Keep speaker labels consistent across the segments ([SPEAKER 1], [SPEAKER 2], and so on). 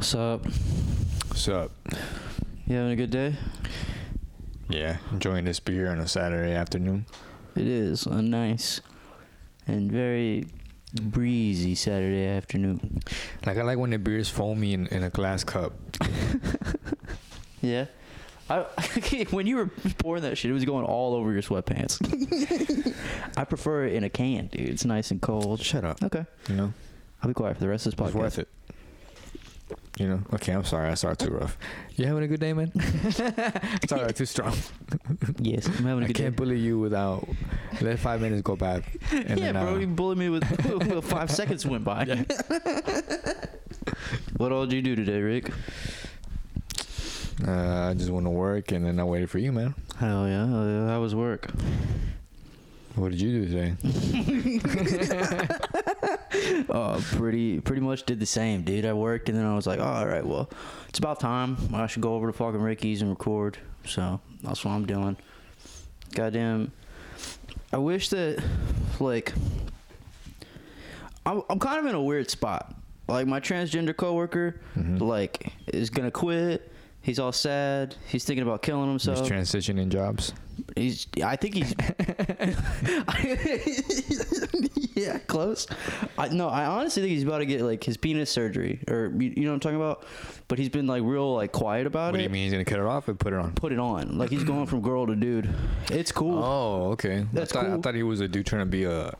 [SPEAKER 1] Sup?
[SPEAKER 2] What's up?
[SPEAKER 1] You having a good day?
[SPEAKER 2] Yeah, enjoying this beer on a Saturday afternoon.
[SPEAKER 1] It is a nice and very breezy Saturday afternoon.
[SPEAKER 2] Like I like when the beer is foamy in, in a glass cup.
[SPEAKER 1] Yeah. I, when you were pouring that shit, it was going all over your sweatpants. I prefer it in a can, dude. It's nice and cold.
[SPEAKER 2] Shut up.
[SPEAKER 1] Okay,
[SPEAKER 2] You know,
[SPEAKER 1] I'll be quiet for the rest of this podcast.
[SPEAKER 2] it's worth it. You know. Okay, I'm sorry. I started too rough. You having a good day, man? sorry, I too strong.
[SPEAKER 1] Yes, I'm having a
[SPEAKER 2] I
[SPEAKER 1] good
[SPEAKER 2] can't
[SPEAKER 1] day.
[SPEAKER 2] bully you without let five minutes go by. And
[SPEAKER 1] yeah,
[SPEAKER 2] then,
[SPEAKER 1] bro,
[SPEAKER 2] uh,
[SPEAKER 1] you bullied me with well, five seconds went by. what all did you do today, Rick?
[SPEAKER 2] Uh, I just went to work and then I waited for you, man.
[SPEAKER 1] Hell yeah, hell yeah. How was work?
[SPEAKER 2] What did you do today?
[SPEAKER 1] Uh, pretty pretty much did the same, dude. I worked and then I was like, all right, well, it's about time. I should go over to fucking Ricky's and record. So that's what I'm doing. Goddamn. I wish that, like, I'm, I'm kind of in a weird spot. Like, my transgender coworker,
[SPEAKER 2] Mm-hmm.
[SPEAKER 1] like, is gonna quit. He's all sad. He's thinking about killing himself.
[SPEAKER 2] Just transitioning jobs.
[SPEAKER 1] He's. I think he's. yeah, close. I, no, I honestly think he's about to get like his penis surgery, or you, you know what I'm talking about. But he's been like real like quiet about
[SPEAKER 2] What
[SPEAKER 1] it.
[SPEAKER 2] do you mean he's gonna cut it off and put it on?
[SPEAKER 1] Put it on. Like he's going from girl to dude. It's cool.
[SPEAKER 2] Oh, okay.
[SPEAKER 1] That's
[SPEAKER 2] I thought
[SPEAKER 1] cool.
[SPEAKER 2] I thought he was a dude trying to be uh, a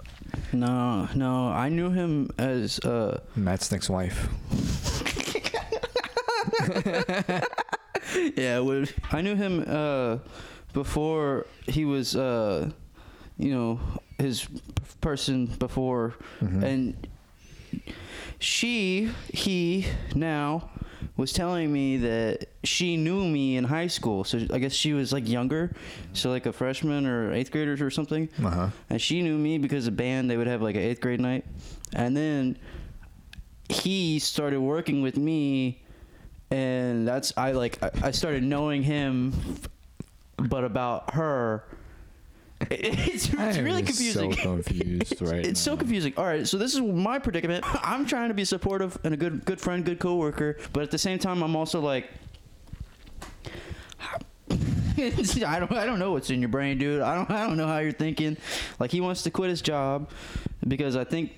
[SPEAKER 1] No, no. I knew him as uh,
[SPEAKER 2] Matt Snick's wife.
[SPEAKER 1] yeah, it would. I knew him uh, before he was, uh, you know, his p- person before,
[SPEAKER 2] Mm-hmm.
[SPEAKER 1] and she, he, now was telling me that she knew me in high school. So I guess she was like younger, so like a freshman or eighth graders or something.
[SPEAKER 2] Uh huh.
[SPEAKER 1] And she knew me because a band they would have like an eighth grade night, and then he started working with me, and that's I like I, I started knowing him, but about her. It's,
[SPEAKER 2] I
[SPEAKER 1] it's
[SPEAKER 2] am
[SPEAKER 1] really confusing.
[SPEAKER 2] So confused, right?
[SPEAKER 1] It's so
[SPEAKER 2] now.
[SPEAKER 1] confusing. All right, so this is my predicament. I'm trying to be supportive and a good good friend, good coworker, but at the same time, I'm also like, I don't I don't know what's in your brain, dude. I don't I don't know how you're thinking. Like he wants to quit his job because I think.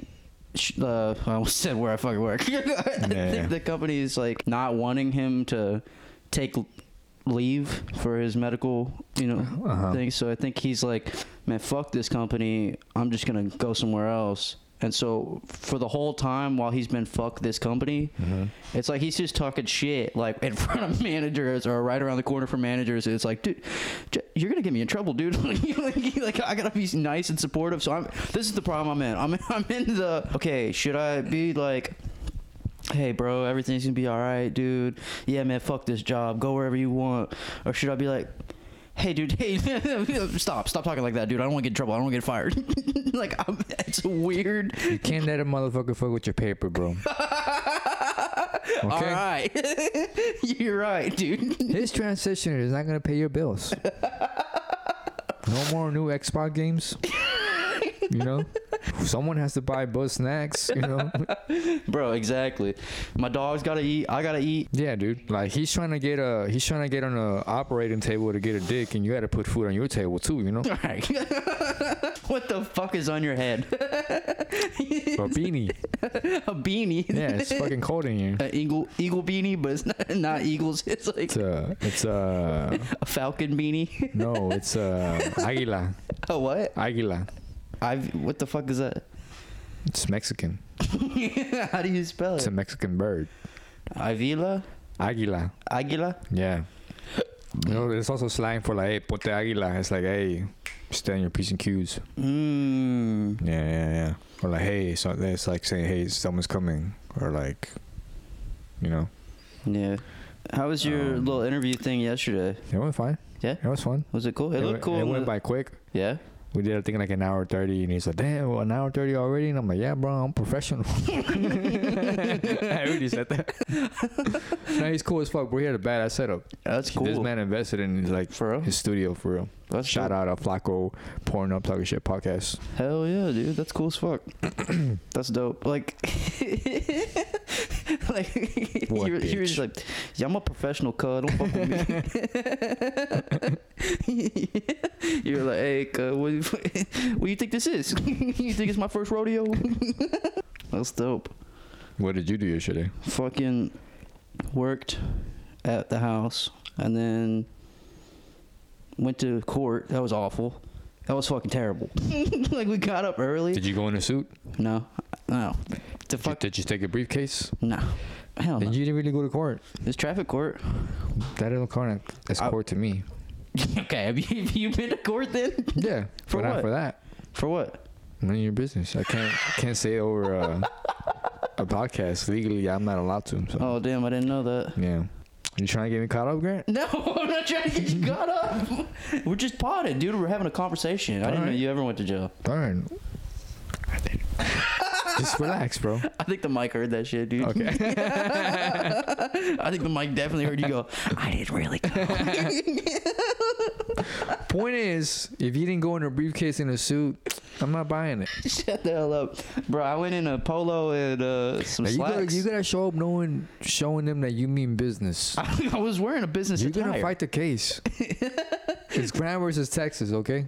[SPEAKER 1] sh- Uh, I almost said where I fucking work. I
[SPEAKER 2] yeah.
[SPEAKER 1] think the company is like not wanting him to take l- leave for his medical, you know,
[SPEAKER 2] Uh-huh.
[SPEAKER 1] thing. So I think he's like, man, fuck this company. I'm just gonna go somewhere else. And so for the whole time while he's been fuck this company, it's like he's just talking shit like in front of managers or right around the corner from managers. It's like, dude, j- you're gonna get me in trouble, dude. like, like, like, I gotta be nice and supportive. So I'm. This is the problem I'm in. I'm I'm in the okay. Should I be like? hey bro everything's gonna be all right dude yeah man fuck this job go wherever you want or should i be like hey dude hey stop stop talking like that dude i don't want to get in trouble i don't want to get fired like I'm, it's weird
[SPEAKER 2] You can't let a motherfucker fuck with your paper, bro.
[SPEAKER 1] all
[SPEAKER 2] Okay.
[SPEAKER 1] right you're right dude
[SPEAKER 2] His transitioner is not gonna pay your bills. No more new Xbox games. You know, someone has to buy Buzz snacks. You know,
[SPEAKER 1] bro exactly my dog's gotta eat i gotta eat
[SPEAKER 2] yeah, dude. Like he's trying to get a he's trying to get on a operating table to get a dick, and you got to put food on your table too. You know,
[SPEAKER 1] all right what the fuck is on your head
[SPEAKER 2] a beanie.
[SPEAKER 1] a beanie
[SPEAKER 2] Yeah, it's fucking cold in here.
[SPEAKER 1] an eagle eagle beanie but it's not, not eagles it's like
[SPEAKER 2] It's a it's a
[SPEAKER 1] a falcon beanie
[SPEAKER 2] no, it's a águila,
[SPEAKER 1] a what
[SPEAKER 2] águila.
[SPEAKER 1] I've what the fuck is that?
[SPEAKER 2] It's Mexican.
[SPEAKER 1] How do you spell
[SPEAKER 2] It's
[SPEAKER 1] it?
[SPEAKER 2] a Mexican bird.
[SPEAKER 1] Avila,
[SPEAKER 2] Águila.
[SPEAKER 1] Aguila.
[SPEAKER 2] Yeah. You know, there's also slang for like, hey, ponte águila. It's like, hey, stay on your P's and Q's.
[SPEAKER 1] Mm.
[SPEAKER 2] Yeah, yeah, yeah. Or like, hey, so it's like saying, hey, someone's coming. Or like, you know,
[SPEAKER 1] Yeah. How was your
[SPEAKER 2] Um,
[SPEAKER 1] little interview thing yesterday?
[SPEAKER 2] it went fine.
[SPEAKER 1] Yeah?
[SPEAKER 2] It was fun.
[SPEAKER 1] Was it cool? It,
[SPEAKER 2] went-
[SPEAKER 1] looked cool.
[SPEAKER 2] It
[SPEAKER 1] in
[SPEAKER 2] went
[SPEAKER 1] the-
[SPEAKER 2] by quick.
[SPEAKER 1] Yeah.
[SPEAKER 2] We did, I think, like an hour 30. And he's like, damn, well, an hour 30 already? And I'm like, yeah, bro, I'm professional. I already said that. no, he's cool as fuck. We're here to bad ass setup.
[SPEAKER 1] That's
[SPEAKER 2] This
[SPEAKER 1] cool.
[SPEAKER 2] man invested in like
[SPEAKER 1] For real?
[SPEAKER 2] his studio for real.
[SPEAKER 1] That's
[SPEAKER 2] Shout
[SPEAKER 1] dope.
[SPEAKER 2] out to Flacco Porn Up Talking Shit podcast.
[SPEAKER 1] Hell yeah, dude. That's cool as fuck. That's dope. Like, like he
[SPEAKER 2] What
[SPEAKER 1] was- he was
[SPEAKER 2] bitch?
[SPEAKER 1] just like, yeah, I'm a professional cuz. Don't fuck with me. you were like, hey, cuz, what, what do you think this is? you think it's my first rodeo? That's dope.
[SPEAKER 2] What did you do yesterday?
[SPEAKER 1] Fucking worked at the house and then went to court. That was awful. That was fucking terrible. like we got up early.
[SPEAKER 2] Did you go in a suit?
[SPEAKER 1] no, no. To
[SPEAKER 2] Did you,
[SPEAKER 1] fuck,
[SPEAKER 2] did you take a briefcase?
[SPEAKER 1] no. Hell no.
[SPEAKER 2] Then you didn't really go to court.
[SPEAKER 1] This traffic court.
[SPEAKER 2] Uh-huh. That doesn't count as
[SPEAKER 1] I-
[SPEAKER 2] court to me.
[SPEAKER 1] okay, have you, have you been to court then?
[SPEAKER 2] Yeah.
[SPEAKER 1] For
[SPEAKER 2] but
[SPEAKER 1] what?
[SPEAKER 2] not for that.
[SPEAKER 1] For what?
[SPEAKER 2] None of your business. I can't can't say it over uh, a podcast legally. I'm not allowed to. So.
[SPEAKER 1] Oh damn, I didn't know that.
[SPEAKER 2] Yeah. You trying to get me caught up, Grant?
[SPEAKER 1] No, I'm not trying to get you caught up. We're just potted, dude. We're having a conversation. I didn't know
[SPEAKER 2] Alright.
[SPEAKER 1] you ever went to jail.
[SPEAKER 2] Darn. Just relax, bro.
[SPEAKER 1] I think the mic heard that shit, dude.
[SPEAKER 2] Okay.
[SPEAKER 1] I think the mic definitely heard you go. I didn't really. Go.
[SPEAKER 2] Point is, if you didn't go in a briefcase in a suit, I'm not buying it.
[SPEAKER 1] Shut the hell up, bro. I went in a polo and uh, some
[SPEAKER 2] Now, you, gotta,
[SPEAKER 1] slacks.
[SPEAKER 2] you gotta show up knowing, showing them that you mean business.
[SPEAKER 1] I, was wearing a business
[SPEAKER 2] You're gonna
[SPEAKER 1] attire.
[SPEAKER 2] fight the case. it's Grant versus Texas, okay?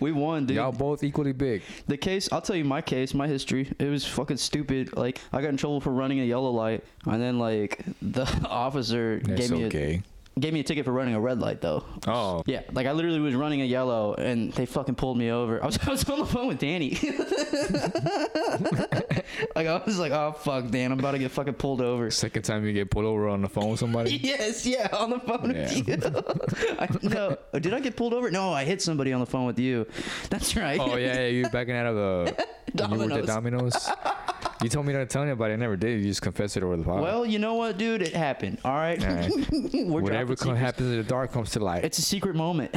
[SPEAKER 1] we won, dude.
[SPEAKER 2] Y'all both equally big.
[SPEAKER 1] The case, I'll tell you my case, my history. It was fucking stupid. Like I got in trouble for running a yellow light, and then like the officer gave me a, gave me a ticket for running a red light though.
[SPEAKER 2] Oh.
[SPEAKER 1] Yeah, like I literally was running a yellow, and they fucking pulled me over. I was, I was on the phone with Danny. like I was like, oh fuck, Dan, I'm about to get fucking pulled over.
[SPEAKER 2] Second time you get pulled over on the phone with somebody.
[SPEAKER 1] Yes, yeah, on the phone with you. I, no, did I get pulled over? No, I hit somebody on the phone with you. That's right.
[SPEAKER 2] Oh yeah, yeah, you backing out of the when you worked at Domino's. You told me not to tell anybody. I never did. You just confessed it over the podcast.
[SPEAKER 1] Well, you know what, dude? It happened. All right.
[SPEAKER 2] All right.
[SPEAKER 1] We're
[SPEAKER 2] whatever
[SPEAKER 1] dropping
[SPEAKER 2] co-
[SPEAKER 1] secrets.
[SPEAKER 2] happens in the dark comes to light.
[SPEAKER 1] It's a secret moment.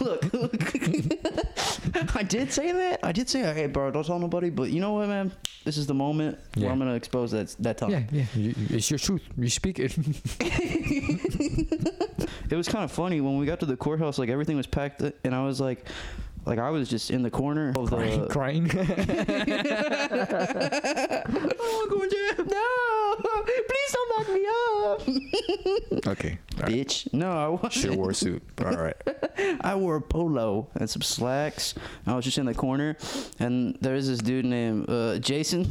[SPEAKER 1] look, look. I did say that. I did say, hey, bro, don't tell nobody. But you know what, man? This is the moment where
[SPEAKER 2] Yeah.
[SPEAKER 1] I'm gonna expose that that tongue.
[SPEAKER 2] yeah, yeah. You, it's your truth. You speak it.
[SPEAKER 1] It was kind of funny when we got to the courthouse. Like everything was packed, and I was like, like I was just in the corner of
[SPEAKER 2] crying,
[SPEAKER 1] the.
[SPEAKER 2] crying.
[SPEAKER 1] oh, I'm going to no! Please don't lock me up,
[SPEAKER 2] okay. All right.
[SPEAKER 1] bitch. No, I wasn't.
[SPEAKER 2] Should wore a suit. All right.
[SPEAKER 1] I wore a polo and some slacks. I was just in the corner, and there's this dude named uh, Jason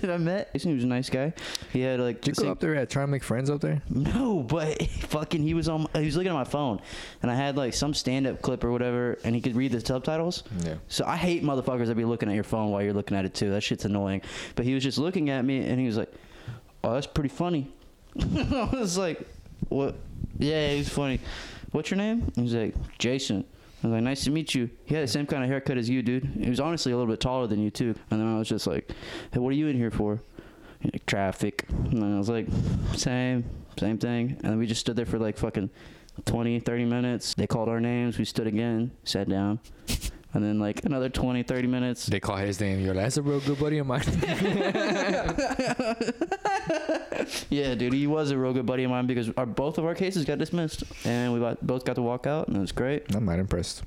[SPEAKER 1] that I met. Jason was a nice guy. He had like
[SPEAKER 2] Did you go
[SPEAKER 1] same-
[SPEAKER 2] up there and try and make friends up there?
[SPEAKER 1] no, but fucking he was on. He was looking at my phone, and I had like some stand-up clip or whatever, and he could read the subtitles.
[SPEAKER 2] Yeah.
[SPEAKER 1] So I hate motherfuckers that be looking at your phone while you're looking at it too. That shit's annoying. But he was just looking at me and he was like, "Oh, that's pretty funny." I was like, "What? Yeah, it was funny. What's your name?" He was like, "Jason." I was like, "Nice to meet you." He had the same kind of haircut as you, dude. He was honestly a little bit taller than you too. And then I was just like, "Hey, what are you in here for?" He's like, "Traffic." And then I was like, "Same, same thing." And then we just stood there for like fucking 20, 30 minutes. They called our names. We stood again, sat down. And then like another 20, 30 minutes.
[SPEAKER 2] They call his name. You're like, that's a real good buddy of mine.
[SPEAKER 1] Yeah, dude, he was a real good buddy of mine because our both of our cases got dismissed, and we bo- both got to walk out, and it was great.
[SPEAKER 2] I'm not impressed.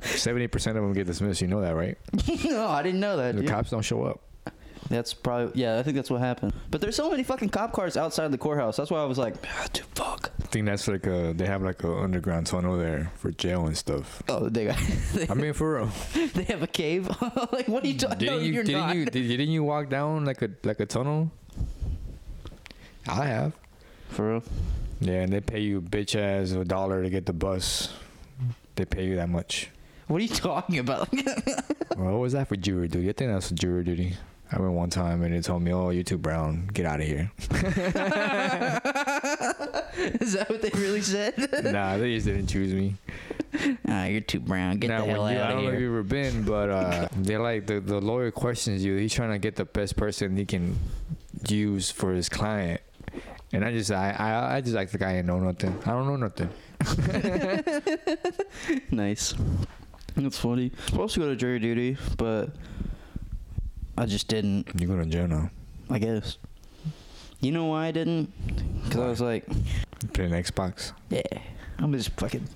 [SPEAKER 2] Seventy percent of them get dismissed. You know that, right?
[SPEAKER 1] no, I didn't know that.
[SPEAKER 2] The
[SPEAKER 1] dude.
[SPEAKER 2] cops don't show up.
[SPEAKER 1] That's probably yeah. I think that's what happened. But there's so many fucking cop cars outside the courthouse. That's why I was like, ah, dude, fuck.
[SPEAKER 2] I think that's like a. They have like a underground tunnel there for jail and stuff.
[SPEAKER 1] Oh, they got,
[SPEAKER 2] I mean, for real.
[SPEAKER 1] they have a cave. like, what are you talking? No,
[SPEAKER 2] Didn't you?
[SPEAKER 1] you, are
[SPEAKER 2] Didn't
[SPEAKER 1] not.
[SPEAKER 2] you? Did, didn't you walk down like a like a tunnel? I have.
[SPEAKER 1] For real?
[SPEAKER 2] Yeah, and they pay you bitch ass a dollar to get the bus. They pay you that much.
[SPEAKER 1] What are you talking about?
[SPEAKER 2] well, what was that for jury duty? I think that's jury duty. I went one time and they told me, "Oh, you're too brown. Get out of here."
[SPEAKER 1] Is that what they really said?
[SPEAKER 2] nah, they just didn't choose me.
[SPEAKER 1] Ah, you're too brown. Get the
[SPEAKER 2] Now, when
[SPEAKER 1] hell
[SPEAKER 2] you- I
[SPEAKER 1] out of
[SPEAKER 2] don't know if
[SPEAKER 1] here.
[SPEAKER 2] you've ever been, but uh, they like the, the lawyer questions you. He's trying to get the best person he can use for his client. And I just I I, I just act like I ain't know nothing. I don't know nothing.
[SPEAKER 1] Nice. That's funny. Supposed to go to jury duty, but I just didn't.
[SPEAKER 2] You going to jail now?
[SPEAKER 1] I guess. You know why I didn't? Because I
[SPEAKER 2] Why?
[SPEAKER 1] was like,
[SPEAKER 2] Playing Xbox.
[SPEAKER 1] yeah, I'm just fucking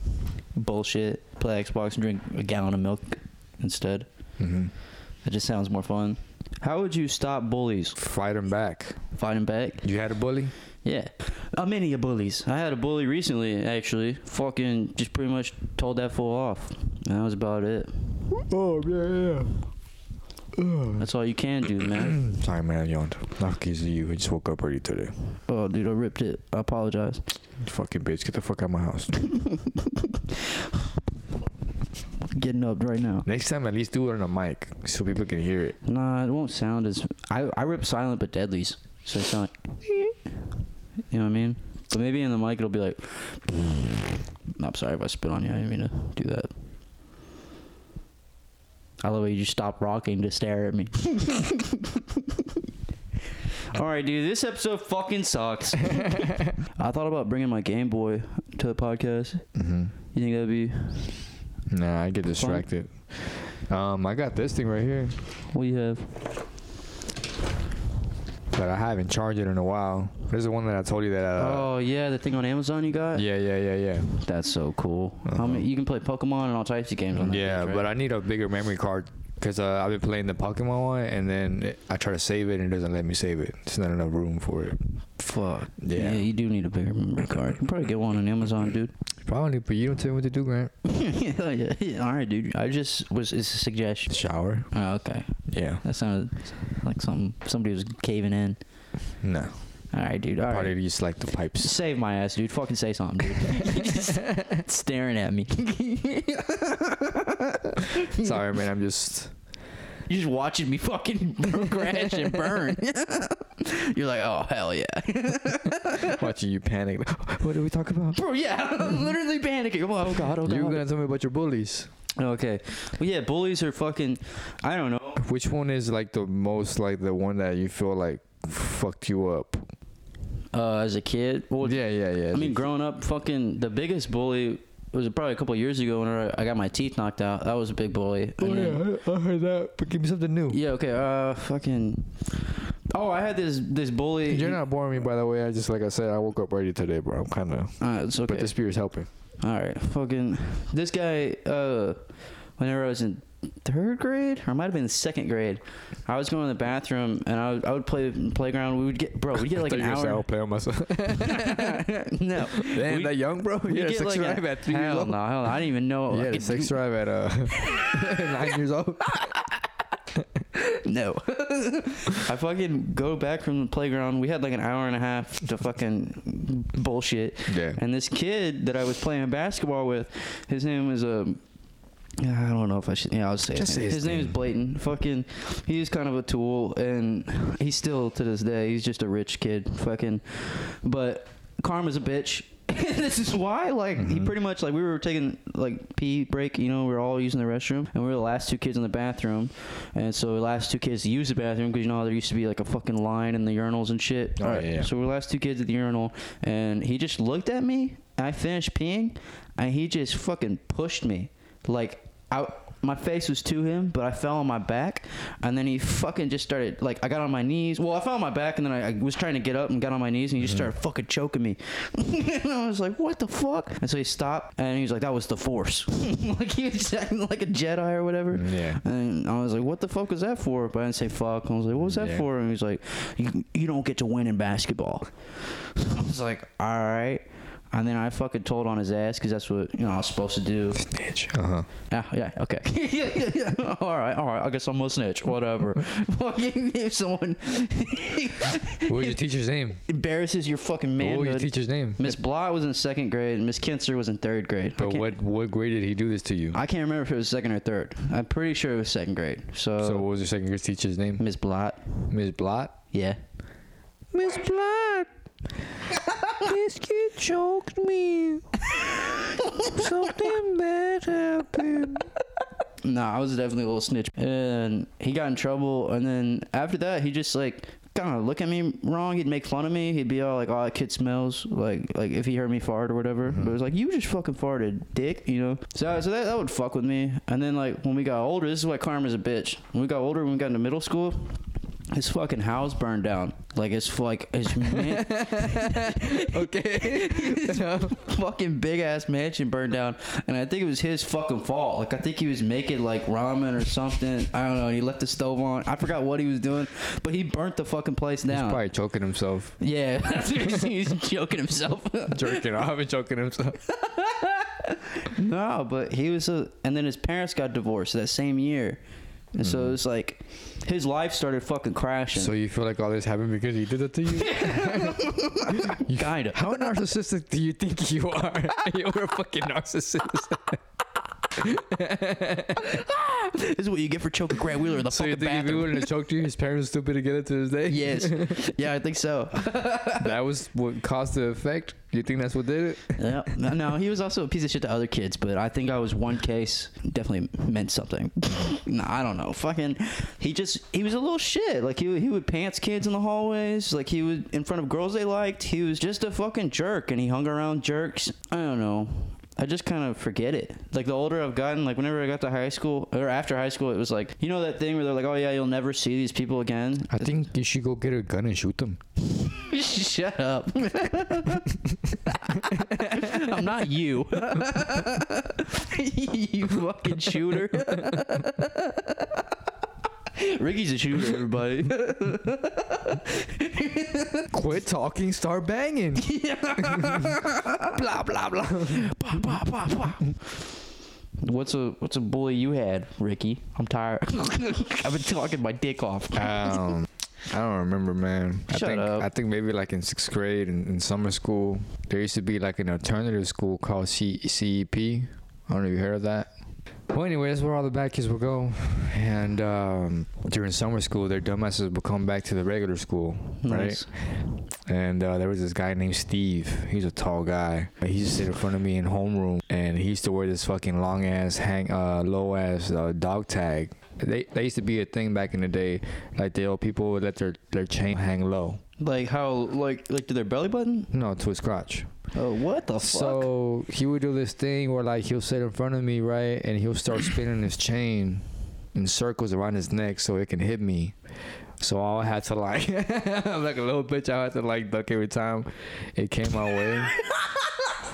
[SPEAKER 1] bullshit. Play Xbox and drink a gallon of milk instead.
[SPEAKER 2] hmm
[SPEAKER 1] It just sounds more fun. How would you stop bullies?
[SPEAKER 2] Fight him back.
[SPEAKER 1] Fight 'em back?
[SPEAKER 2] You had a bully?
[SPEAKER 1] Yeah. Uh, many a bullies. I had a bully recently, actually. Fucking just pretty much told that fool off. And that was about it.
[SPEAKER 2] Oh yeah, yeah.
[SPEAKER 1] That's all you can do, man.
[SPEAKER 2] Sorry, man. I yawned. Not because of you. I just woke up early today.
[SPEAKER 1] Oh, dude, I ripped it. I apologize.
[SPEAKER 2] You fucking bitch. Get the fuck out of my house.
[SPEAKER 1] Getting up right now.
[SPEAKER 2] Next time, at least do it on a mic so people can hear it.
[SPEAKER 1] Nah, it won't sound as. I, I rip silent but deadlies. So it sound like. You know what I mean? But maybe in the mic it'll be like. I'm sorry if I spit on you. I didn't mean to do that. I love how you just stop rocking to stare at me. All right, dude. This episode fucking sucks. I thought about bringing my Game Boy to the podcast.
[SPEAKER 2] Mm-hmm.
[SPEAKER 1] You think that'd be
[SPEAKER 2] Nah, I get distracted. Um, I got this thing right here,
[SPEAKER 1] what do you have?
[SPEAKER 2] but I haven't charged it in a while. There's the one that I told you that. Uh,
[SPEAKER 1] oh yeah, the thing on Amazon you got.
[SPEAKER 2] Yeah, yeah, yeah, yeah.
[SPEAKER 1] That's so cool. How many, you can play Pokemon and all types of games on that.
[SPEAKER 2] Uh-huh. Yeah,
[SPEAKER 1] bitch, right?
[SPEAKER 2] but I need a bigger memory card because uh, I've been playing the Pokemon one, and then it- I try to save it, and it doesn't let me save it. It's not enough room for it.
[SPEAKER 1] fuck.
[SPEAKER 2] Yeah.
[SPEAKER 1] you do need a bigger memory card. You can probably get one on Amazon, dude.
[SPEAKER 2] Probably, but you don't tell me what to do, Grant.
[SPEAKER 1] yeah, yeah, yeah. All right, dude. I just was. It's a suggestion.
[SPEAKER 2] Shower.
[SPEAKER 1] Oh, okay.
[SPEAKER 2] Yeah.
[SPEAKER 1] That sounded like something somebody was caving in.
[SPEAKER 2] No.
[SPEAKER 1] All right, dude. All
[SPEAKER 2] Probably
[SPEAKER 1] right.
[SPEAKER 2] just like the pipes.
[SPEAKER 1] Save my ass, dude. Fucking say something, dude. Just staring at me.
[SPEAKER 2] Sorry, man. I'm just.
[SPEAKER 1] You're just watching me fucking crash and burn. You're like, oh hell yeah.
[SPEAKER 2] watching you panic. what did we talk about?
[SPEAKER 1] Bro, yeah, I'm literally panicking. I'm like, Oh god, oh god.
[SPEAKER 2] You were gonna tell me about your bullies.
[SPEAKER 1] okay. Well, yeah, bullies are fucking. I don't know.
[SPEAKER 2] Which one is like the most like the one that you feel like fucked you up?
[SPEAKER 1] Uh, as a kid, well,
[SPEAKER 2] yeah, yeah, yeah.
[SPEAKER 1] I mean, growing up, fucking the biggest bully was probably a couple of years ago when I got my teeth knocked out. That was a big bully.
[SPEAKER 2] oh
[SPEAKER 1] And then-
[SPEAKER 2] yeah, I heard that. But give me something new.
[SPEAKER 1] yeah. Okay. Uh, fucking. Oh, I had this this bully.
[SPEAKER 2] You're not boring me, by the way. I just like I said, I woke up early today, bro. I'm kind of.
[SPEAKER 1] Uh, it's okay.
[SPEAKER 2] But this beer is helping.
[SPEAKER 1] All right, fucking this guy. Uh, whenever I was in third grade, or it might have been second grade, I was going to the bathroom and I would, I would play in the playground. We would get bro, we would get like an hour.
[SPEAKER 2] play on myself.
[SPEAKER 1] no,
[SPEAKER 2] Damn,
[SPEAKER 1] We-
[SPEAKER 2] that young, bro.
[SPEAKER 1] we
[SPEAKER 2] You
[SPEAKER 1] Oh,
[SPEAKER 2] had a
[SPEAKER 1] get
[SPEAKER 2] sex
[SPEAKER 1] like
[SPEAKER 2] drive
[SPEAKER 1] a,
[SPEAKER 2] at three years
[SPEAKER 1] hell
[SPEAKER 2] old.
[SPEAKER 1] no, hell no, I didn't even know.
[SPEAKER 2] You
[SPEAKER 1] I
[SPEAKER 2] had a
[SPEAKER 1] could
[SPEAKER 2] sex drive at uh, nine years old.
[SPEAKER 1] No. I fucking go back from the playground. We had like an hour and a half to fucking bullshit.
[SPEAKER 2] Yeah.
[SPEAKER 1] And this kid that I was playing basketball with, his name was um, I don't know if I should. Yeah, I'll say his
[SPEAKER 2] Just say
[SPEAKER 1] name.
[SPEAKER 2] his
[SPEAKER 1] His name is
[SPEAKER 2] name.
[SPEAKER 1] Blayton. Fucking, he's kind of a tool, and he's still to this day. He's just a rich kid. Fucking, but karma's a bitch. this is why, like, he
[SPEAKER 2] Mm-hmm.
[SPEAKER 1] pretty much like we were taking like pee break. You know, we were all using the restroom, and we were the last two kids in the bathroom, and so the last two kids to use the bathroom because you know how there used to be like a fucking line in the urinals and shit.
[SPEAKER 2] Oh,
[SPEAKER 1] All right,
[SPEAKER 2] yeah, yeah.
[SPEAKER 1] So we're the last two kids at the urinal, and he just looked at me. I finished peeing, and he just fucking pushed me. Like, I, my face was to him, but I fell on my back, and then he fucking just started, like, I got on my knees. Well, I fell on my back, and then I, I was trying to get up and got on my knees, and he just started fucking choking me. and I was like, what the fuck? And so he stopped, and he was like, that was the force. like, he was acting like a Jedi or whatever.
[SPEAKER 2] Yeah.
[SPEAKER 1] And I was like, what the fuck was that for? But I didn't say fuck. I was like, what was that
[SPEAKER 2] Yeah.
[SPEAKER 1] for? And he's like, you, you don't get to win in basketball. I was like, all right. And then I fucking told on his ass because that's what you know I was supposed to do.
[SPEAKER 2] Bitch. Uh huh.
[SPEAKER 1] Yeah, yeah, okay. yeah, yeah, yeah. All right, all right. I guess I'm a snitch. Whatever. Fucking if someone
[SPEAKER 2] What was your teacher's name?
[SPEAKER 1] embarrasses your fucking
[SPEAKER 2] What was your
[SPEAKER 1] manhood.
[SPEAKER 2] teacher's name?
[SPEAKER 1] Miss Bly was in second grade. Miss Kinzer was in third grade. I
[SPEAKER 2] But
[SPEAKER 1] can't-
[SPEAKER 2] what what grade did he do this to you?
[SPEAKER 1] I can't remember if it was second or third. I'm pretty sure it was second grade. So,
[SPEAKER 2] So what was your second grade teacher's name?
[SPEAKER 1] Miss Blott.
[SPEAKER 2] Miss Blott.
[SPEAKER 1] Yeah.
[SPEAKER 2] Miss Blott. this kid choked me. Something bad happened.
[SPEAKER 1] No, I was definitely a little snitch. And he got in trouble. And then after that, he just like kind of look at me wrong. He'd make fun of me. He'd be all like, "Oh, that kid smells." Like, like if he heard me fart or whatever. But it was like, "You just fucking farted, dick." You know. So, so that, that would fuck with me. And then like when we got older, this is why karma's a bitch. When we got older, when we got into middle school, his fucking house burned down. Like it's f- like it's man-
[SPEAKER 2] okay.
[SPEAKER 1] his fucking big ass mansion burned down, and I think it was his fucking fault. Like I think he was making like ramen or something. I don't know. He left the stove on. I forgot what he was doing, but he burnt the fucking place down.
[SPEAKER 2] Probably choking himself,
[SPEAKER 1] yeah, that's what he's- he's joking himself.
[SPEAKER 2] jerking off and choking himself.
[SPEAKER 1] no, but he was a, and then his parents got divorced that same year, and so it was like his life started fucking crashing.
[SPEAKER 2] So you feel like all this happened because he did it to you? you
[SPEAKER 1] Kinda.
[SPEAKER 2] How narcissistic do you think you are? You're a fucking narcissist.
[SPEAKER 1] This is what you get for choking Grant Wheeler in the
[SPEAKER 2] so you
[SPEAKER 1] fucking
[SPEAKER 2] think if he
[SPEAKER 1] bathroom.
[SPEAKER 2] wouldn't have choked you, his parents were stupid to get it to this day?
[SPEAKER 1] yes. Yeah, I think so.
[SPEAKER 2] that was what caused the effect. You think that's what did it?
[SPEAKER 1] yeah. No, no, he was also a piece of shit to other kids, but I think I was one case definitely meant something. no, I don't know. Fucking, he just he was a little shit. Like he he would pants kids in the hallways. Like he would in front of girls they liked. He was just a fucking jerk, and he hung around jerks. I don't know. I just kind of forget it. Like the older I've gotten, like whenever I got to high school or after high school, it was like you know that thing where they're like, oh yeah, you'll never see these people again.
[SPEAKER 2] I think you should go get a gun and shoot them.
[SPEAKER 1] Shut up. I'm not you. you fucking shooter. Ricky's a shooter, everybody.
[SPEAKER 2] Quit talking, start banging.
[SPEAKER 1] blah blah blah. Bah, bah, bah, bah. What's a what's a bully you had, Ricky? I'm tired. I've been talking my dick off.
[SPEAKER 2] Um, I don't remember, man. I
[SPEAKER 1] Shut
[SPEAKER 2] think
[SPEAKER 1] up.
[SPEAKER 2] I think maybe like in sixth grade in, in summer school, there used to be like an alternative school called C- CEP. I don't know if you heard of that. Well, anyway, that's where all the bad kids would go. And um, during summer school, their dumbasses would come back to the regular school, right?
[SPEAKER 1] Nice.
[SPEAKER 2] And uh, there was this guy named Steve. He's a tall guy. He used to sit in front of me in homeroom, and he used to wear this fucking long ass, hang, uh, low ass uh, dog tag. They that used to be a thing back in the day. Like the old people would let their their chain hang low,
[SPEAKER 1] Like how like like to their belly button?
[SPEAKER 2] no, to his crotch.
[SPEAKER 1] Oh, what the fuck?
[SPEAKER 2] So he would do this thing where like he'll sit in front of me, right, and he'll start spinning his chain in circles around his neck so it can hit me. So I had to like, I'm like a little bitch. I had to like duck every time it came my way.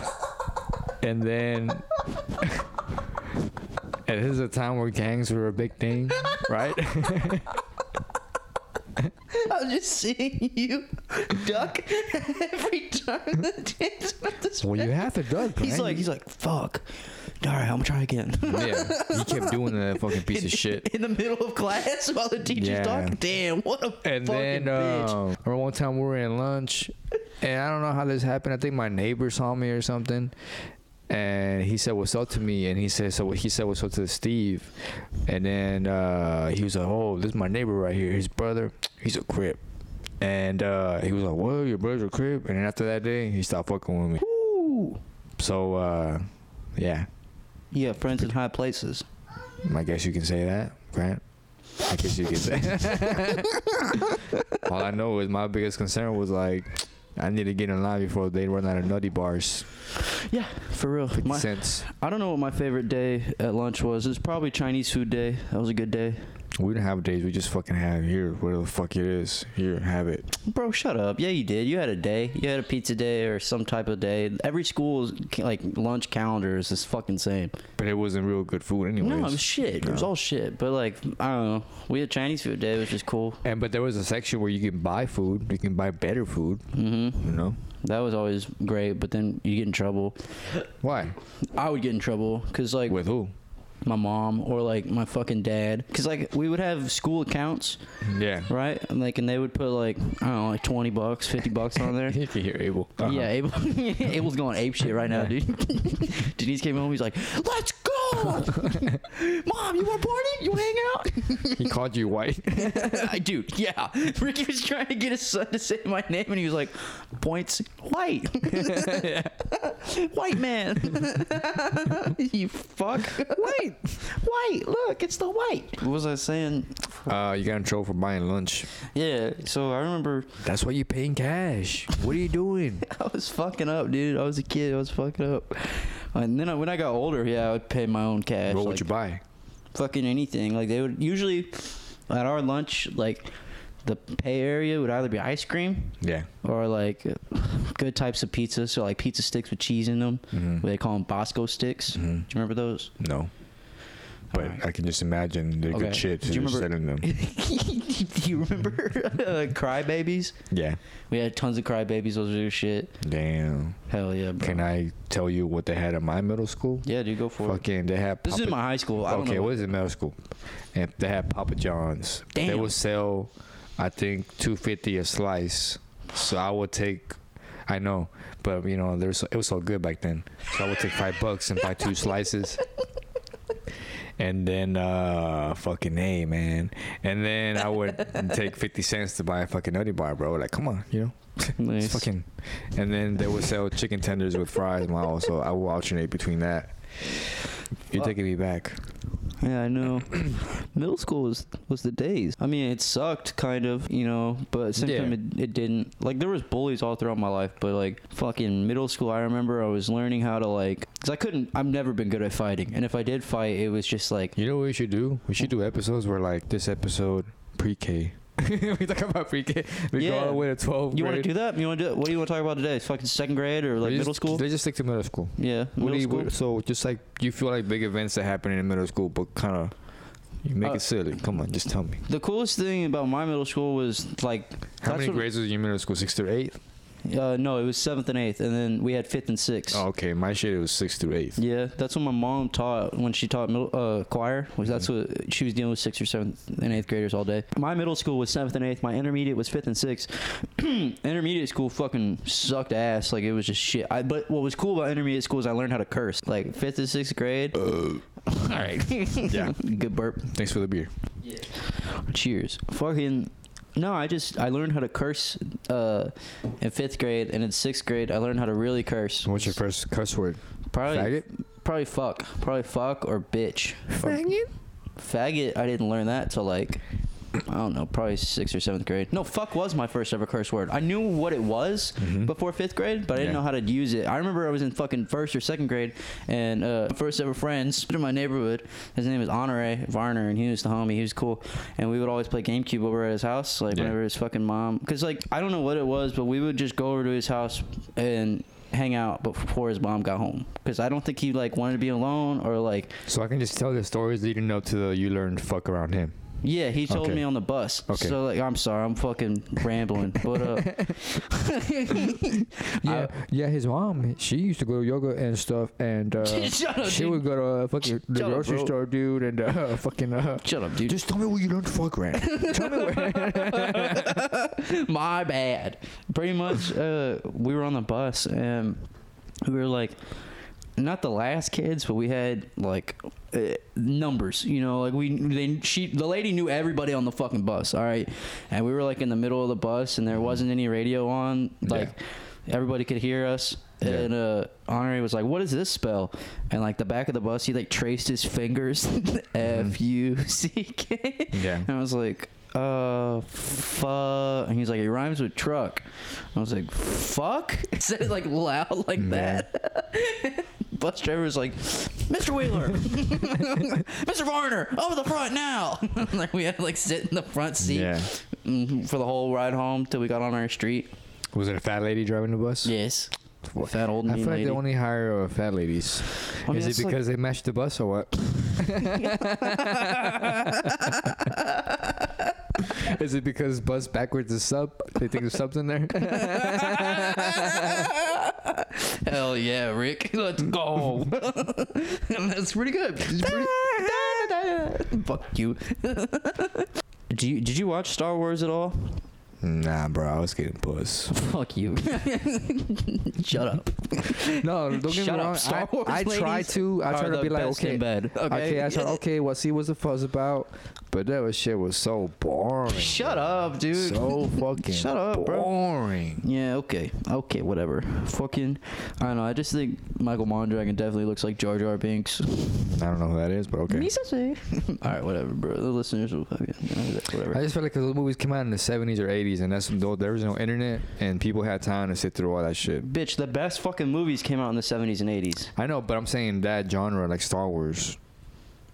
[SPEAKER 2] and then, and this is a time where gangs were a big thing, right?
[SPEAKER 1] I'm just seeing you duck every time the dance with this
[SPEAKER 2] well, you have to duck.
[SPEAKER 1] He's
[SPEAKER 2] right?
[SPEAKER 1] like, he's like, fuck. All right, I'm gonna try again.
[SPEAKER 2] yeah, he kept doing that fucking piece of shit.
[SPEAKER 1] In the middle of class while the teacher's
[SPEAKER 2] Yeah.
[SPEAKER 1] talking. Damn, what a fucking
[SPEAKER 2] And then
[SPEAKER 1] bitch.
[SPEAKER 2] uh, or one time we were in lunch, and I don't know how this happened. I think my neighbor saw me or something, and he said what's up to me, and he said so. He said what's up to Steve, and then uh, he was like, "Oh, this is my neighbor right here. His brother, he's a crip." And uh, he was like, "Well, your brother's a crip." And then after that day, he stopped fucking with me.
[SPEAKER 1] Woo.
[SPEAKER 2] So uh, yeah,
[SPEAKER 1] You have friends in high places.
[SPEAKER 2] I guess you can say that, Grant. I guess you can say. All I know is my biggest concern was like, I need to get in line before they run out of nutty bars.
[SPEAKER 1] Yeah, for real.
[SPEAKER 2] Fifty
[SPEAKER 1] My,
[SPEAKER 2] cents.
[SPEAKER 1] I don't know what my favorite day at lunch was. It was probably Chinese food day. That was a good day.
[SPEAKER 2] We don't have days. We just fucking have here. Whatever the fuck it is, here have it.
[SPEAKER 1] Bro, shut up. Yeah, you did. You had a day. You had a pizza day or some type of day. Every school's like lunch calendar is just fucking same.
[SPEAKER 2] But it wasn't real good food, anyways.
[SPEAKER 1] No, it was shit. It was
[SPEAKER 2] No.
[SPEAKER 1] all shit. But like, I don't know. We had Chinese food day, which is cool.
[SPEAKER 2] and but there was a section where you can buy food. You can buy better food.
[SPEAKER 1] hmm
[SPEAKER 2] You know
[SPEAKER 1] That was always great. But then you get in trouble.
[SPEAKER 2] why?
[SPEAKER 1] I would get in trouble because like
[SPEAKER 2] With who?
[SPEAKER 1] my mom or like my fucking dad. Because like we would have school accounts,
[SPEAKER 2] Yeah.
[SPEAKER 1] right? And like, and they would put like I don't know, like twenty bucks, fifty bucks on there.
[SPEAKER 2] You can hear Abel.
[SPEAKER 1] Yeah, Abel, Abel's going ape shit right now, dude. Denise came home. He's like, "Let's go, mom. You want to party? You hang out?"
[SPEAKER 2] he called you white.
[SPEAKER 1] I dude, yeah. Ricky was trying to get his son to say my name, and he was like, "Points white, white man." you fuck, white, white. Look, it's the white. What was I saying?
[SPEAKER 2] Uh, you got in trouble for buying lunch.
[SPEAKER 1] Yeah. So I remember
[SPEAKER 2] That's why you paying cash. What are you doing?
[SPEAKER 1] I was fucking up, dude. I was a kid. I was fucking up. And then I, when I got older, yeah, I would pay my own cash.
[SPEAKER 2] what
[SPEAKER 1] like,
[SPEAKER 2] would you buy?
[SPEAKER 1] fucking anything. Like they would usually at our lunch, like the pay area would either be ice cream
[SPEAKER 2] Yeah.
[SPEAKER 1] or like good types of pizza. So like pizza sticks with cheese in them.
[SPEAKER 2] Mhm.
[SPEAKER 1] They call them Bosco sticks. Do
[SPEAKER 2] Mhm.
[SPEAKER 1] you remember those?
[SPEAKER 2] No. But
[SPEAKER 1] Alright.
[SPEAKER 2] I can just imagine they're
[SPEAKER 1] Okay.
[SPEAKER 2] good shit.
[SPEAKER 1] Do
[SPEAKER 2] and
[SPEAKER 1] you
[SPEAKER 2] they're selling them.
[SPEAKER 1] Do you remember uh, Cry Babies?
[SPEAKER 2] Yeah.
[SPEAKER 1] We had tons of Cry Babies. Those were your shit.
[SPEAKER 2] Damn.
[SPEAKER 1] Hell yeah, bro.
[SPEAKER 2] Can I tell you what they had at my middle school?
[SPEAKER 1] Yeah, dude, go for it.
[SPEAKER 2] Fucking, they had.
[SPEAKER 1] This is
[SPEAKER 2] Papa-
[SPEAKER 1] my high school. I don't
[SPEAKER 2] okay,
[SPEAKER 1] know.
[SPEAKER 2] what is it middle school? And they had Papa John's. They
[SPEAKER 1] Damn.
[SPEAKER 2] would sell, I think, two fifty a slice. So I would take, I know, but you know, there's it was so good back then. So I would take five bucks and buy two slices. And then, uh, fucking a man. And then I would take fifty cents to buy a fucking nutty bar, bro. Like, come on, you know.
[SPEAKER 1] Nice.
[SPEAKER 2] It's fucking, and then they would sell chicken tenders with fries. and also, I will alternate between that. You're
[SPEAKER 1] Fuck.
[SPEAKER 2] taking me back.
[SPEAKER 1] Yeah, I know. Middle school was was the days. I mean, it sucked, kind of, you know, but at the same
[SPEAKER 2] Yeah.
[SPEAKER 1] time, it, it didn't. Like, there was bullies all throughout my life, but like, fucking middle school, I remember I was learning how to like, cause I couldn't. I've never been good at fighting, and if I did fight, it was just like,
[SPEAKER 2] You know what we should do? We should do episodes where like this episode pre-K. we talk about pre-K. We go all
[SPEAKER 1] Yeah.
[SPEAKER 2] the way to 12.
[SPEAKER 1] you want to
[SPEAKER 2] grade.
[SPEAKER 1] do that? You want to do? What do you want to talk about today? Fucking second grade or
[SPEAKER 2] Or
[SPEAKER 1] like
[SPEAKER 2] just-
[SPEAKER 1] middle school?
[SPEAKER 2] They just stick to middle school.
[SPEAKER 1] Yeah,
[SPEAKER 2] What do
[SPEAKER 1] middle school.
[SPEAKER 2] you- so just like you feel like big events that happen in middle school, but kind of you make
[SPEAKER 1] Uh,
[SPEAKER 2] it silly. Come on, just tell me.
[SPEAKER 1] The coolest thing about my middle school was like,
[SPEAKER 2] How
[SPEAKER 1] that's
[SPEAKER 2] many
[SPEAKER 1] what-
[SPEAKER 2] grades was in your middle school? Six through eight.
[SPEAKER 1] uh, no, it was seventh and eighth, and then we had fifth and sixth.
[SPEAKER 2] Oh, okay, my shit it was six through eight.
[SPEAKER 1] Yeah, that's what my mom taught when she taught middle, uh, choir. Was that's
[SPEAKER 2] Mm-hmm.
[SPEAKER 1] what she was dealing with sixth or seventh and eighth graders all day. My middle school was seventh and eighth. My intermediate was fifth and sixth. intermediate school fucking sucked ass. Like it was just shit. I, but what was cool about intermediate school is I learned how to curse. Like fifth and sixth grade. all right.
[SPEAKER 2] Yeah.
[SPEAKER 1] Good burp.
[SPEAKER 2] Thanks for the beer.
[SPEAKER 1] Cheers. Fucking. No, I just I learned how to curse uh, in fifth grade, and in sixth grade I learned how to really curse.
[SPEAKER 2] What's your first cuss word?
[SPEAKER 1] Probably
[SPEAKER 2] Faggot.
[SPEAKER 1] Probably fuck. Probably fuck or bitch. Faggot? Faggot, I didn't learn that till like, I don't know, probably sixth or seventh grade. No, fuck was my first ever curse word. I knew what it was
[SPEAKER 2] Mm-hmm.
[SPEAKER 1] before fifth grade, but I didn't
[SPEAKER 2] Yeah.
[SPEAKER 1] know how to use it. I remember I was in fucking first or second grade, and uh, my first ever friends in my neighborhood, his name was Honore Varner, and he was the homie. He was cool. And we would always play GameCube over at his house, like
[SPEAKER 2] Yeah.
[SPEAKER 1] whenever his fucking mom. Because, like, I don't know what it was, but we would just go over to his house and hang out before his mom got home because i don't think he like wanted to be alone or like
[SPEAKER 2] So I can just tell the stories leading up to the you learned fuck around him.
[SPEAKER 1] yeah he told
[SPEAKER 2] Okay.
[SPEAKER 1] me on the bus
[SPEAKER 2] Okay.
[SPEAKER 1] so like i'm sorry i'm fucking rambling but uh
[SPEAKER 2] Yeah, yeah. His mom, she used to go to yoga and stuff, and uh,
[SPEAKER 1] Shut up,
[SPEAKER 2] she
[SPEAKER 1] Oh, dude.
[SPEAKER 2] would go to uh, fucking the
[SPEAKER 1] Shut up,
[SPEAKER 2] grocery
[SPEAKER 1] bro.
[SPEAKER 2] store, dude, and uh, fucking. Uh,
[SPEAKER 1] shut up dude
[SPEAKER 2] just tell me where you learned fuck rap. tell me where.
[SPEAKER 1] my bad. Pretty much, uh, we were on the bus and we were like, not the last kids, but we had like uh, numbers. You know, like we they she the lady knew everybody on the fucking bus. All right, and we were like in the middle of the bus, and there wasn't any radio on. Like everybody could hear us.
[SPEAKER 2] Yeah.
[SPEAKER 1] And uh, Honore was like, "What does this spell?" And like the back of the bus, he like traced his fingers, F U C K.
[SPEAKER 2] yeah.
[SPEAKER 1] And I was like, uh, fuck. And he's like, it rhymes with truck. I was like, fuck? It said it like loud like that. Bus driver was like, Mr. Wheeler, Mr. Varner, over the front now. like we had to like sit in the front seat
[SPEAKER 2] Yeah.
[SPEAKER 1] mm, for the whole ride home till we got on our street.
[SPEAKER 2] Was it a fat lady driving the bus?
[SPEAKER 1] Yes.
[SPEAKER 2] What?
[SPEAKER 1] Fat old
[SPEAKER 2] I
[SPEAKER 1] mean
[SPEAKER 2] feel like
[SPEAKER 1] lady.
[SPEAKER 2] they only hire uh, fat ladies.
[SPEAKER 1] I mean,
[SPEAKER 2] Is
[SPEAKER 1] it's
[SPEAKER 2] it
[SPEAKER 1] like-
[SPEAKER 2] because they match the bus or what? Is it because bus backwards is sub? They think there's something there.
[SPEAKER 1] Hell yeah, Rick. Let's go. That's pretty good. It's pretty- Fuck you. Do you. Did you watch Star Wars at all?
[SPEAKER 2] Nah, bro, I was getting puss.
[SPEAKER 1] Fuck you. Shut up.
[SPEAKER 2] No, don't get
[SPEAKER 1] Shut
[SPEAKER 2] me
[SPEAKER 1] up,
[SPEAKER 2] wrong.
[SPEAKER 1] Star
[SPEAKER 2] I,
[SPEAKER 1] Wars
[SPEAKER 2] I try
[SPEAKER 1] ladies
[SPEAKER 2] to.
[SPEAKER 1] Are
[SPEAKER 2] I try to
[SPEAKER 1] the
[SPEAKER 2] be like,
[SPEAKER 1] best
[SPEAKER 2] okay,
[SPEAKER 1] in bed.
[SPEAKER 2] okay, I try, okay. Well, see, what's the fuss about? But that shit was so boring.
[SPEAKER 1] Shut up, dude.
[SPEAKER 2] So fucking
[SPEAKER 1] Shut up, bro.
[SPEAKER 2] boring.
[SPEAKER 1] Yeah, okay. Okay, whatever. Fucking, I don't know. I just think Michael Mondragon definitely looks like Jar Jar Binks.
[SPEAKER 2] I don't know who that is, but okay.
[SPEAKER 1] All right, whatever, bro. The listeners will fucking whatever.
[SPEAKER 2] I just feel like 'cause those movies came out in the 70s or 80s, and that's though there was no internet, and people had time to sit through all that shit.
[SPEAKER 1] Bitch, the best fucking movies came out in the 70s and 80s.
[SPEAKER 2] I know, but I'm saying that genre, like Star Wars.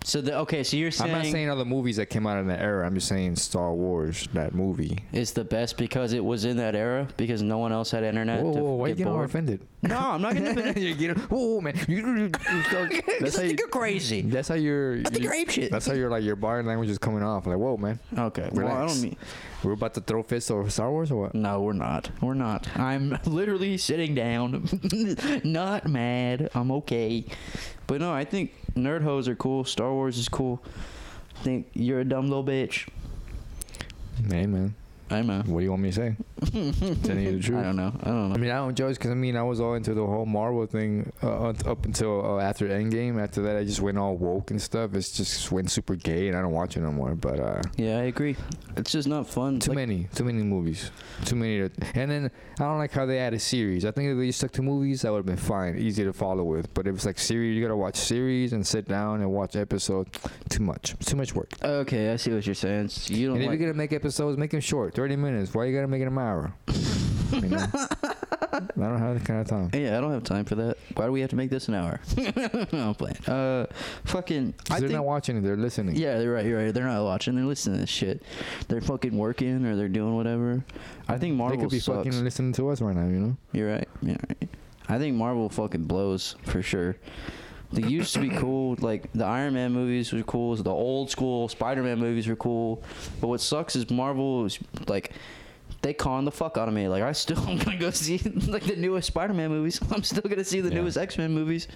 [SPEAKER 1] So the okay, so you're saying,
[SPEAKER 2] I'm not saying all the movies that came out in that era. I'm just saying Star Wars, that movie.
[SPEAKER 1] it's the best because it was in that era because no one else had internet.
[SPEAKER 2] Whoa,
[SPEAKER 1] to
[SPEAKER 2] whoa, why you
[SPEAKER 1] get
[SPEAKER 2] getting all
[SPEAKER 1] bored.
[SPEAKER 2] offended?
[SPEAKER 1] No, I'm not getting offended.
[SPEAKER 2] you're getting, whoa, man. You, you, you so- that's,
[SPEAKER 1] I
[SPEAKER 2] how you,
[SPEAKER 1] think you're crazy.
[SPEAKER 2] that's how you're.
[SPEAKER 1] I think
[SPEAKER 2] you-
[SPEAKER 1] you're apeshit.
[SPEAKER 2] That's how you're like your body language is coming off. Like, whoa, man,
[SPEAKER 1] Okay, well, I
[SPEAKER 2] Relax.
[SPEAKER 1] don't mean.
[SPEAKER 2] we're about to throw fists over Star Wars or what?
[SPEAKER 1] No, we're not. We're not. I'm literally sitting down, not mad. I'm okay. But no, I think nerd hoes are cool. Star Wars is cool. I think you're a dumb little bitch.
[SPEAKER 2] Hey, man,
[SPEAKER 1] I know.
[SPEAKER 2] what do you want me to say? Telling you the
[SPEAKER 1] I
[SPEAKER 2] truth.
[SPEAKER 1] don't know. I don't
[SPEAKER 2] I
[SPEAKER 1] know.
[SPEAKER 2] mean, I don't judge because I mean, I was all into the whole Marvel thing uh, un- up until uh, after Endgame. After that, I just went all woke and stuff. It's just went super gay, and I don't watch it no more. But uh,
[SPEAKER 1] Yeah, I agree. It's just not fun.
[SPEAKER 2] too
[SPEAKER 1] Like,
[SPEAKER 2] many, too many movies, too many. To, and then I don't like how they add a series. I think if they just stuck to movies, that would have been fine, easy to follow with. But if it's like series, you gotta watch series and sit down and watch episode. Too much, It's too much work.
[SPEAKER 1] okay, I see what you're saying. It's- You
[SPEAKER 2] And
[SPEAKER 1] don't
[SPEAKER 2] if
[SPEAKER 1] like.
[SPEAKER 2] you're gonna make episodes, make them short, thirty minutes. Why you gotta make it an hour? You know? I don't have that kind of time.
[SPEAKER 1] yeah, I don't have time for that. Why do we have to make this an hour? I'm playing. Uh, fucking. I
[SPEAKER 2] they're
[SPEAKER 1] think
[SPEAKER 2] not watching it; they're listening.
[SPEAKER 1] Yeah, they're right. You're right. They're not watching. They're listening to this shit. They're fucking working or they're doing whatever. I think Marvel
[SPEAKER 2] They could be
[SPEAKER 1] sucks.
[SPEAKER 2] fucking listening to us right now, you know.
[SPEAKER 1] You're right. You're right. I think Marvel fucking blows for sure. They used to be cool. Like the Iron Man movies were cool. The old school Spider Man movies were cool. But what sucks is Marvel is like. They con the fuck out of me. Like I still am gonna go see like the newest Spider-Man movies. I'm still gonna see the
[SPEAKER 2] Yeah.
[SPEAKER 1] newest X-Men movies.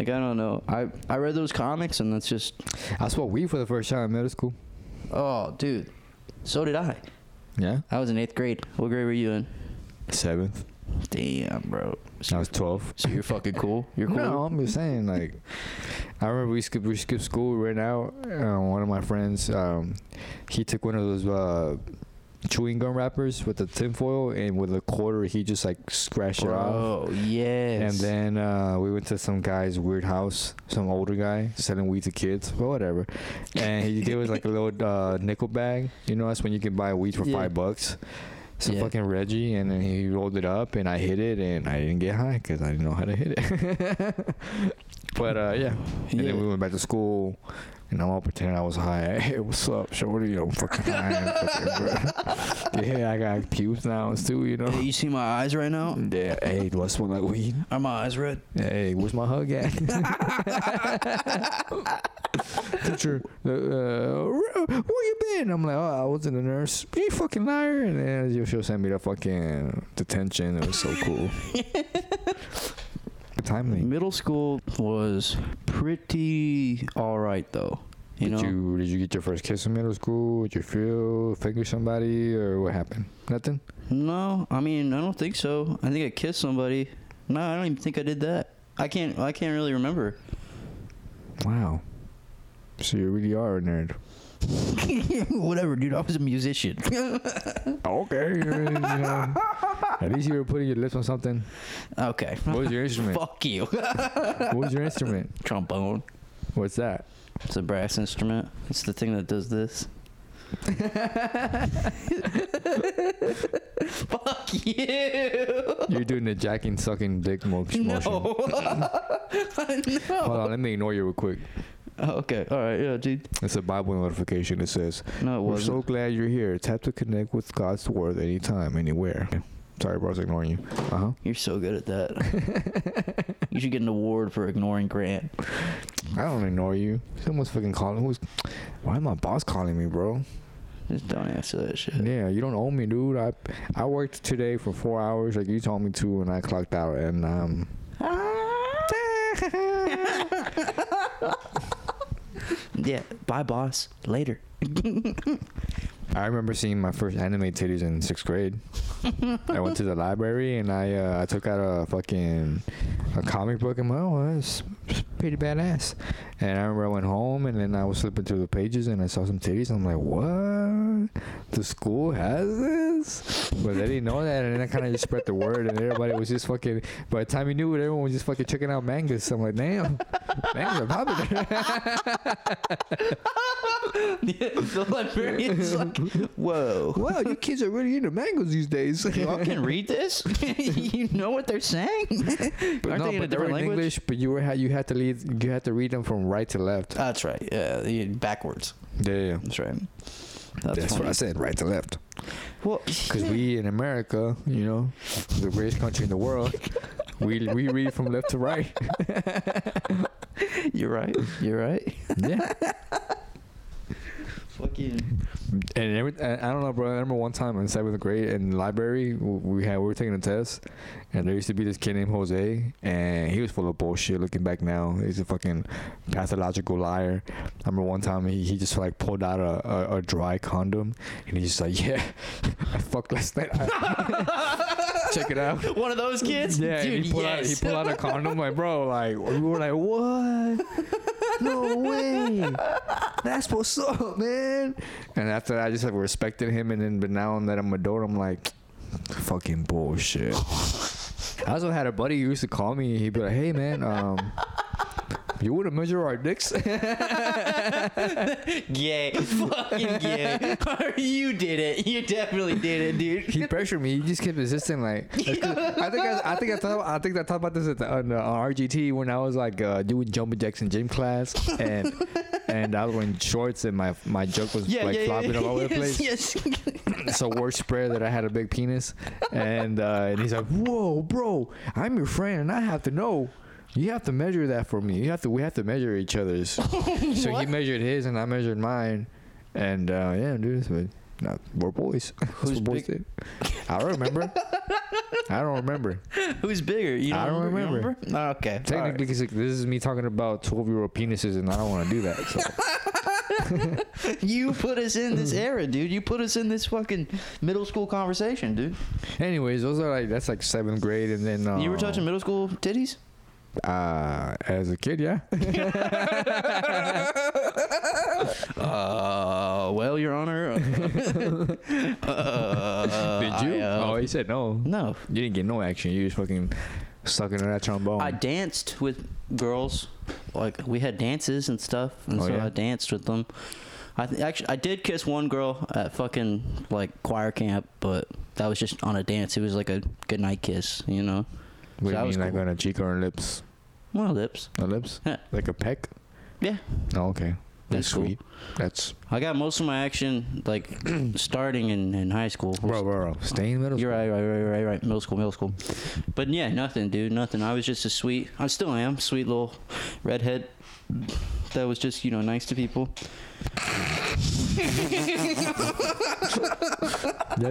[SPEAKER 1] Like I don't know. I I read those comics and that's just
[SPEAKER 2] I smoked weed for the first time in middle school.
[SPEAKER 1] oh dude. So did I.
[SPEAKER 2] Yeah,
[SPEAKER 1] I was in eighth grade. What grade were you in?
[SPEAKER 2] seventh.
[SPEAKER 1] Damn, bro.
[SPEAKER 2] I
[SPEAKER 1] So,
[SPEAKER 2] was twelve.
[SPEAKER 1] so you're fucking cool. You're cool.
[SPEAKER 2] No, I'm just saying. Like, I remember we skipped we skipped school right now. Uh, one of my friends, um, he took one of those uh, chewing gum wrappers with the tinfoil, and with a quarter, he just like scratched it off.
[SPEAKER 1] Bro, yes.
[SPEAKER 2] And then uh, we went to some guy's weird house, some older guy selling weed to kids, but whatever. And he gave us like a little uh, nickel bag. You know, that's when you can buy weed for
[SPEAKER 1] Yeah.
[SPEAKER 2] five bucks. So
[SPEAKER 1] Yeah.
[SPEAKER 2] fucking Reggie, and then he rolled it up, and I hit it, and I didn't get high because I didn't know how to hit it. but uh, yeah, and
[SPEAKER 1] Yeah.
[SPEAKER 2] then we went back to school. And I'm all pretending I was high. Hey, what's up, shorty? I'm fucking high. I'm fucking- yeah, I got pubes now too, you
[SPEAKER 1] Hey,
[SPEAKER 2] know.
[SPEAKER 1] you see my eyes right now?
[SPEAKER 2] Yeah. Hey, do I smell like weed?
[SPEAKER 1] Are my eyes red?
[SPEAKER 2] Hey, where's my hug at? Teacher, uh, where you been? I'm like, oh, I was in the nurse. You fucking liar! And then you- she'll send me the fucking detention. It was so cool. Timely.
[SPEAKER 1] Middle school was pretty all right though. You
[SPEAKER 2] did
[SPEAKER 1] know.
[SPEAKER 2] you did you get your first kiss in middle school? Did you feel finger somebody or what happened? Nothing.
[SPEAKER 1] No, I mean I don't think so. I think I kissed somebody. No, I don't even think I did that. I can't. I can't really remember.
[SPEAKER 2] Wow. So you really are a nerd.
[SPEAKER 1] Whatever, dude. I was a musician.
[SPEAKER 2] Okay. you know. At least you were putting your lips on something.
[SPEAKER 1] okay.
[SPEAKER 2] What was your instrument?
[SPEAKER 1] Fuck you.
[SPEAKER 2] what was your instrument?
[SPEAKER 1] Trombone.
[SPEAKER 2] What's that?
[SPEAKER 1] It's a brass instrument. It's the thing that does this. Fuck you.
[SPEAKER 2] You're doing the jacking, sucking, dick mo- motion.
[SPEAKER 1] No.
[SPEAKER 2] Hold
[SPEAKER 1] no.
[SPEAKER 2] on, let me ignore you real quick.
[SPEAKER 1] Okay. All right. Yeah, dude.
[SPEAKER 2] It's a Bible notification. It says,
[SPEAKER 1] No, it
[SPEAKER 2] "We're
[SPEAKER 1] wasn't.
[SPEAKER 2] so glad you're here. Tap to connect with God's word anytime, anywhere." Sorry, bro, I was ignoring you. Uh huh.
[SPEAKER 1] You're so good at that. you should get an award for ignoring Grant.
[SPEAKER 2] I don't ignore you. Someone's fucking calling. Who's? Why is my boss calling me, bro?
[SPEAKER 1] Just don't answer that shit.
[SPEAKER 2] Yeah, you don't owe me, dude. I I worked today for four hours, like you told me to, and I clocked out, and um.
[SPEAKER 1] Yeah. Bye, boss. Later.
[SPEAKER 2] I remember seeing my first anime titties in sixth grade. I went to the library and I uh, I took out a fucking a comic book and my oh that's that's pretty badass. And I remember I went home and then I was flipping through the pages and I saw some titties. I'm like, what? The school has this? But they didn't know that and then I kind of just spread the word and everybody was just fucking. By the time you knew it, everyone was just fucking checking out mangas. I'm like, damn, mangas are popular.
[SPEAKER 1] the librarian's like, whoa.
[SPEAKER 2] Wow, you kids are really into mangoes these days.
[SPEAKER 1] Y'all can read this? you know what they're saying?
[SPEAKER 2] But
[SPEAKER 1] Aren't
[SPEAKER 2] no,
[SPEAKER 1] they in a
[SPEAKER 2] but they were
[SPEAKER 1] different
[SPEAKER 2] in
[SPEAKER 1] language?
[SPEAKER 2] English, but you were you had to lead you had to read them from right to left.
[SPEAKER 1] That's right. Yeah, you- backwards.
[SPEAKER 2] Yeah, yeah.
[SPEAKER 1] That's right.
[SPEAKER 2] That's, what
[SPEAKER 1] funny.
[SPEAKER 2] I said, right to left.
[SPEAKER 1] Well,
[SPEAKER 2] Because we in America, you know, the greatest country in the world, we we read from left to right.
[SPEAKER 1] you're right. You're right.
[SPEAKER 2] Yeah,
[SPEAKER 1] Fucking.
[SPEAKER 2] and every I I don't know, bro. I remember one time in seventh grade in library, w- we had we were taking a test, and there used to be this kid named Jose, and he was full of bullshit. Looking back now, he's a fucking pathological liar. I remember one time he, he just like pulled out a, a, a dry condom, and he's just like, yeah, I fucked last night. I- check it out.
[SPEAKER 1] One of those kids?
[SPEAKER 2] Yeah, and
[SPEAKER 1] Dude,
[SPEAKER 2] he pulled out he
[SPEAKER 1] yes.
[SPEAKER 2] pulled out a condom. Like, bro, like we were like, what? No way. That's what's up, man. And after that, I just like respected him, and then but now that I'm adult, I'm like, fucking bullshit. I also had a buddy who used to call me. He'd be like, hey man, um. You want to measure our dicks?
[SPEAKER 1] gay. Fucking gay. you did it. You definitely did it, dude.
[SPEAKER 2] he pressured me. He just kept insisting. Like, let's do- I think I, I think I thought I think I talked about this at the, on, uh, on RGT when I was like uh, doing jumping jacks in gym class, and and I was wearing shorts, and my my junk was
[SPEAKER 1] Yeah,
[SPEAKER 2] like
[SPEAKER 1] yeah,
[SPEAKER 2] flopping
[SPEAKER 1] yeah.
[SPEAKER 2] all over the place.
[SPEAKER 1] yes, yes.
[SPEAKER 2] So word spread that I had a big penis, and uh, and he's like, "Whoa, bro, I'm your friend, and I have to know." You have to measure that for me. You have to. We have to measure each other's. so he
[SPEAKER 1] What?
[SPEAKER 2] measured his, and I measured mine, and uh, yeah, dude, it's been- nah, we're boys. That's
[SPEAKER 1] Who's
[SPEAKER 2] what boys did. I don't remember. I don't remember.
[SPEAKER 1] Who's bigger? You
[SPEAKER 2] I don't remember.
[SPEAKER 1] You remember? Okay. all right.
[SPEAKER 2] Technically, 'cause, like, this is me talking about twelve-year-old penises, and I don't want to do that. So.
[SPEAKER 1] You put us in this era, dude. You put us in this fucking middle school conversation, dude.
[SPEAKER 2] Anyways, those are like that's like seventh grade, and then uh,
[SPEAKER 1] You were touching middle school titties?
[SPEAKER 2] uh, as a kid, yeah.
[SPEAKER 1] Uh, well, Your Honor. Uh, uh,
[SPEAKER 2] Did you?
[SPEAKER 1] I, uh,
[SPEAKER 2] oh, he said no.
[SPEAKER 1] no.
[SPEAKER 2] You didn't get no action. You just fucking sucking on that trombone.
[SPEAKER 1] I danced with girls. Like we had dances and stuff, and
[SPEAKER 2] Oh,
[SPEAKER 1] so
[SPEAKER 2] yeah?
[SPEAKER 1] I danced with them. I th- actually I did kiss one girl at fucking like choir camp, but that was just on a dance. It was like a good night kiss, you know.
[SPEAKER 2] what do
[SPEAKER 1] that
[SPEAKER 2] you mean,
[SPEAKER 1] was
[SPEAKER 2] like
[SPEAKER 1] cool.
[SPEAKER 2] on a cheek or on lips?
[SPEAKER 1] Well, lips.
[SPEAKER 2] On lips?
[SPEAKER 1] Yeah.
[SPEAKER 2] Like a peck?
[SPEAKER 1] Yeah.
[SPEAKER 2] Oh, okay. That's
[SPEAKER 1] That's cool.
[SPEAKER 2] sweet. That's
[SPEAKER 1] I got most of my action like starting in, in high school.
[SPEAKER 2] bro, bro, bro. Stay in middle.
[SPEAKER 1] You're
[SPEAKER 2] school.
[SPEAKER 1] right, right, right, right, right. Middle school, middle school. But yeah, nothing, dude, nothing. I was just a sweet. I still am sweet little redhead. That was just you know nice to people.
[SPEAKER 2] I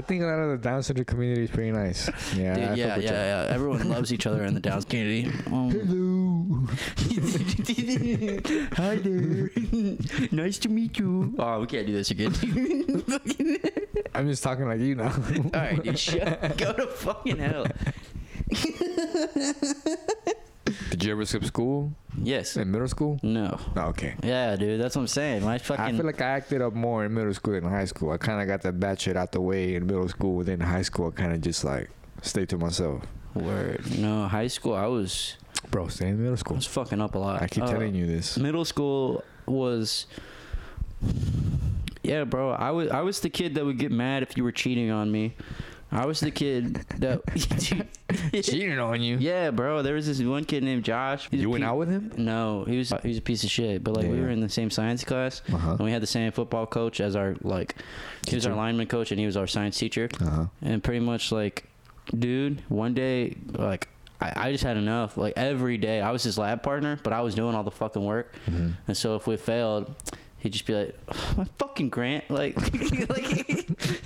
[SPEAKER 2] think a lot of the Down syndrome community is pretty nice. Yeah. I
[SPEAKER 1] Dude,
[SPEAKER 2] fuck
[SPEAKER 1] yeah, yeah,
[SPEAKER 2] with ya.
[SPEAKER 1] yeah. Everyone loves each other in the Downs community. Um,
[SPEAKER 2] Hello.
[SPEAKER 1] Hi there. nice to meet you. Oh, we can't do this again.
[SPEAKER 2] I'm just talking like you now.
[SPEAKER 1] All right, dude, shut. Go to fucking hell.
[SPEAKER 2] Did you ever skip school
[SPEAKER 1] Yes.
[SPEAKER 2] in middle school?
[SPEAKER 1] No.
[SPEAKER 2] No, okay.
[SPEAKER 1] Yeah, dude. That's what I'm saying. My
[SPEAKER 2] I
[SPEAKER 1] fucking.
[SPEAKER 2] feel like I acted up more in middle school than high school. I kind of got that bad shit out the way in middle school. Then high school, I kind of just like stayed to myself.
[SPEAKER 1] Word. No, high school. I was.
[SPEAKER 2] Bro, stay in middle
[SPEAKER 1] I
[SPEAKER 2] school.
[SPEAKER 1] was fucking up a lot.
[SPEAKER 2] I keep
[SPEAKER 1] Uh,
[SPEAKER 2] telling you this.
[SPEAKER 1] Middle school was. Yeah, bro. I was I was the kid that would get mad if you were cheating on me. I was the kid that.
[SPEAKER 2] Cheating on you.
[SPEAKER 1] yeah, bro. There was this one kid named Josh. He's a
[SPEAKER 2] You went
[SPEAKER 1] pe-
[SPEAKER 2] out with him?
[SPEAKER 1] No, he was he was a piece of shit. But like we
[SPEAKER 2] Yeah.
[SPEAKER 1] were in the same science class,
[SPEAKER 2] Uh huh.
[SPEAKER 1] and we had the same football coach as our like. He was our
[SPEAKER 2] Teacher.
[SPEAKER 1] lineman coach, and he was our science teacher.
[SPEAKER 2] Uh huh.
[SPEAKER 1] And pretty much like, dude, one day like. I I just had enough. Like every day, I was his lab partner, but I was doing all the fucking work.
[SPEAKER 2] Mm-hmm.
[SPEAKER 1] And so if we failed, he'd just be like, "My fucking Grant!" Like, like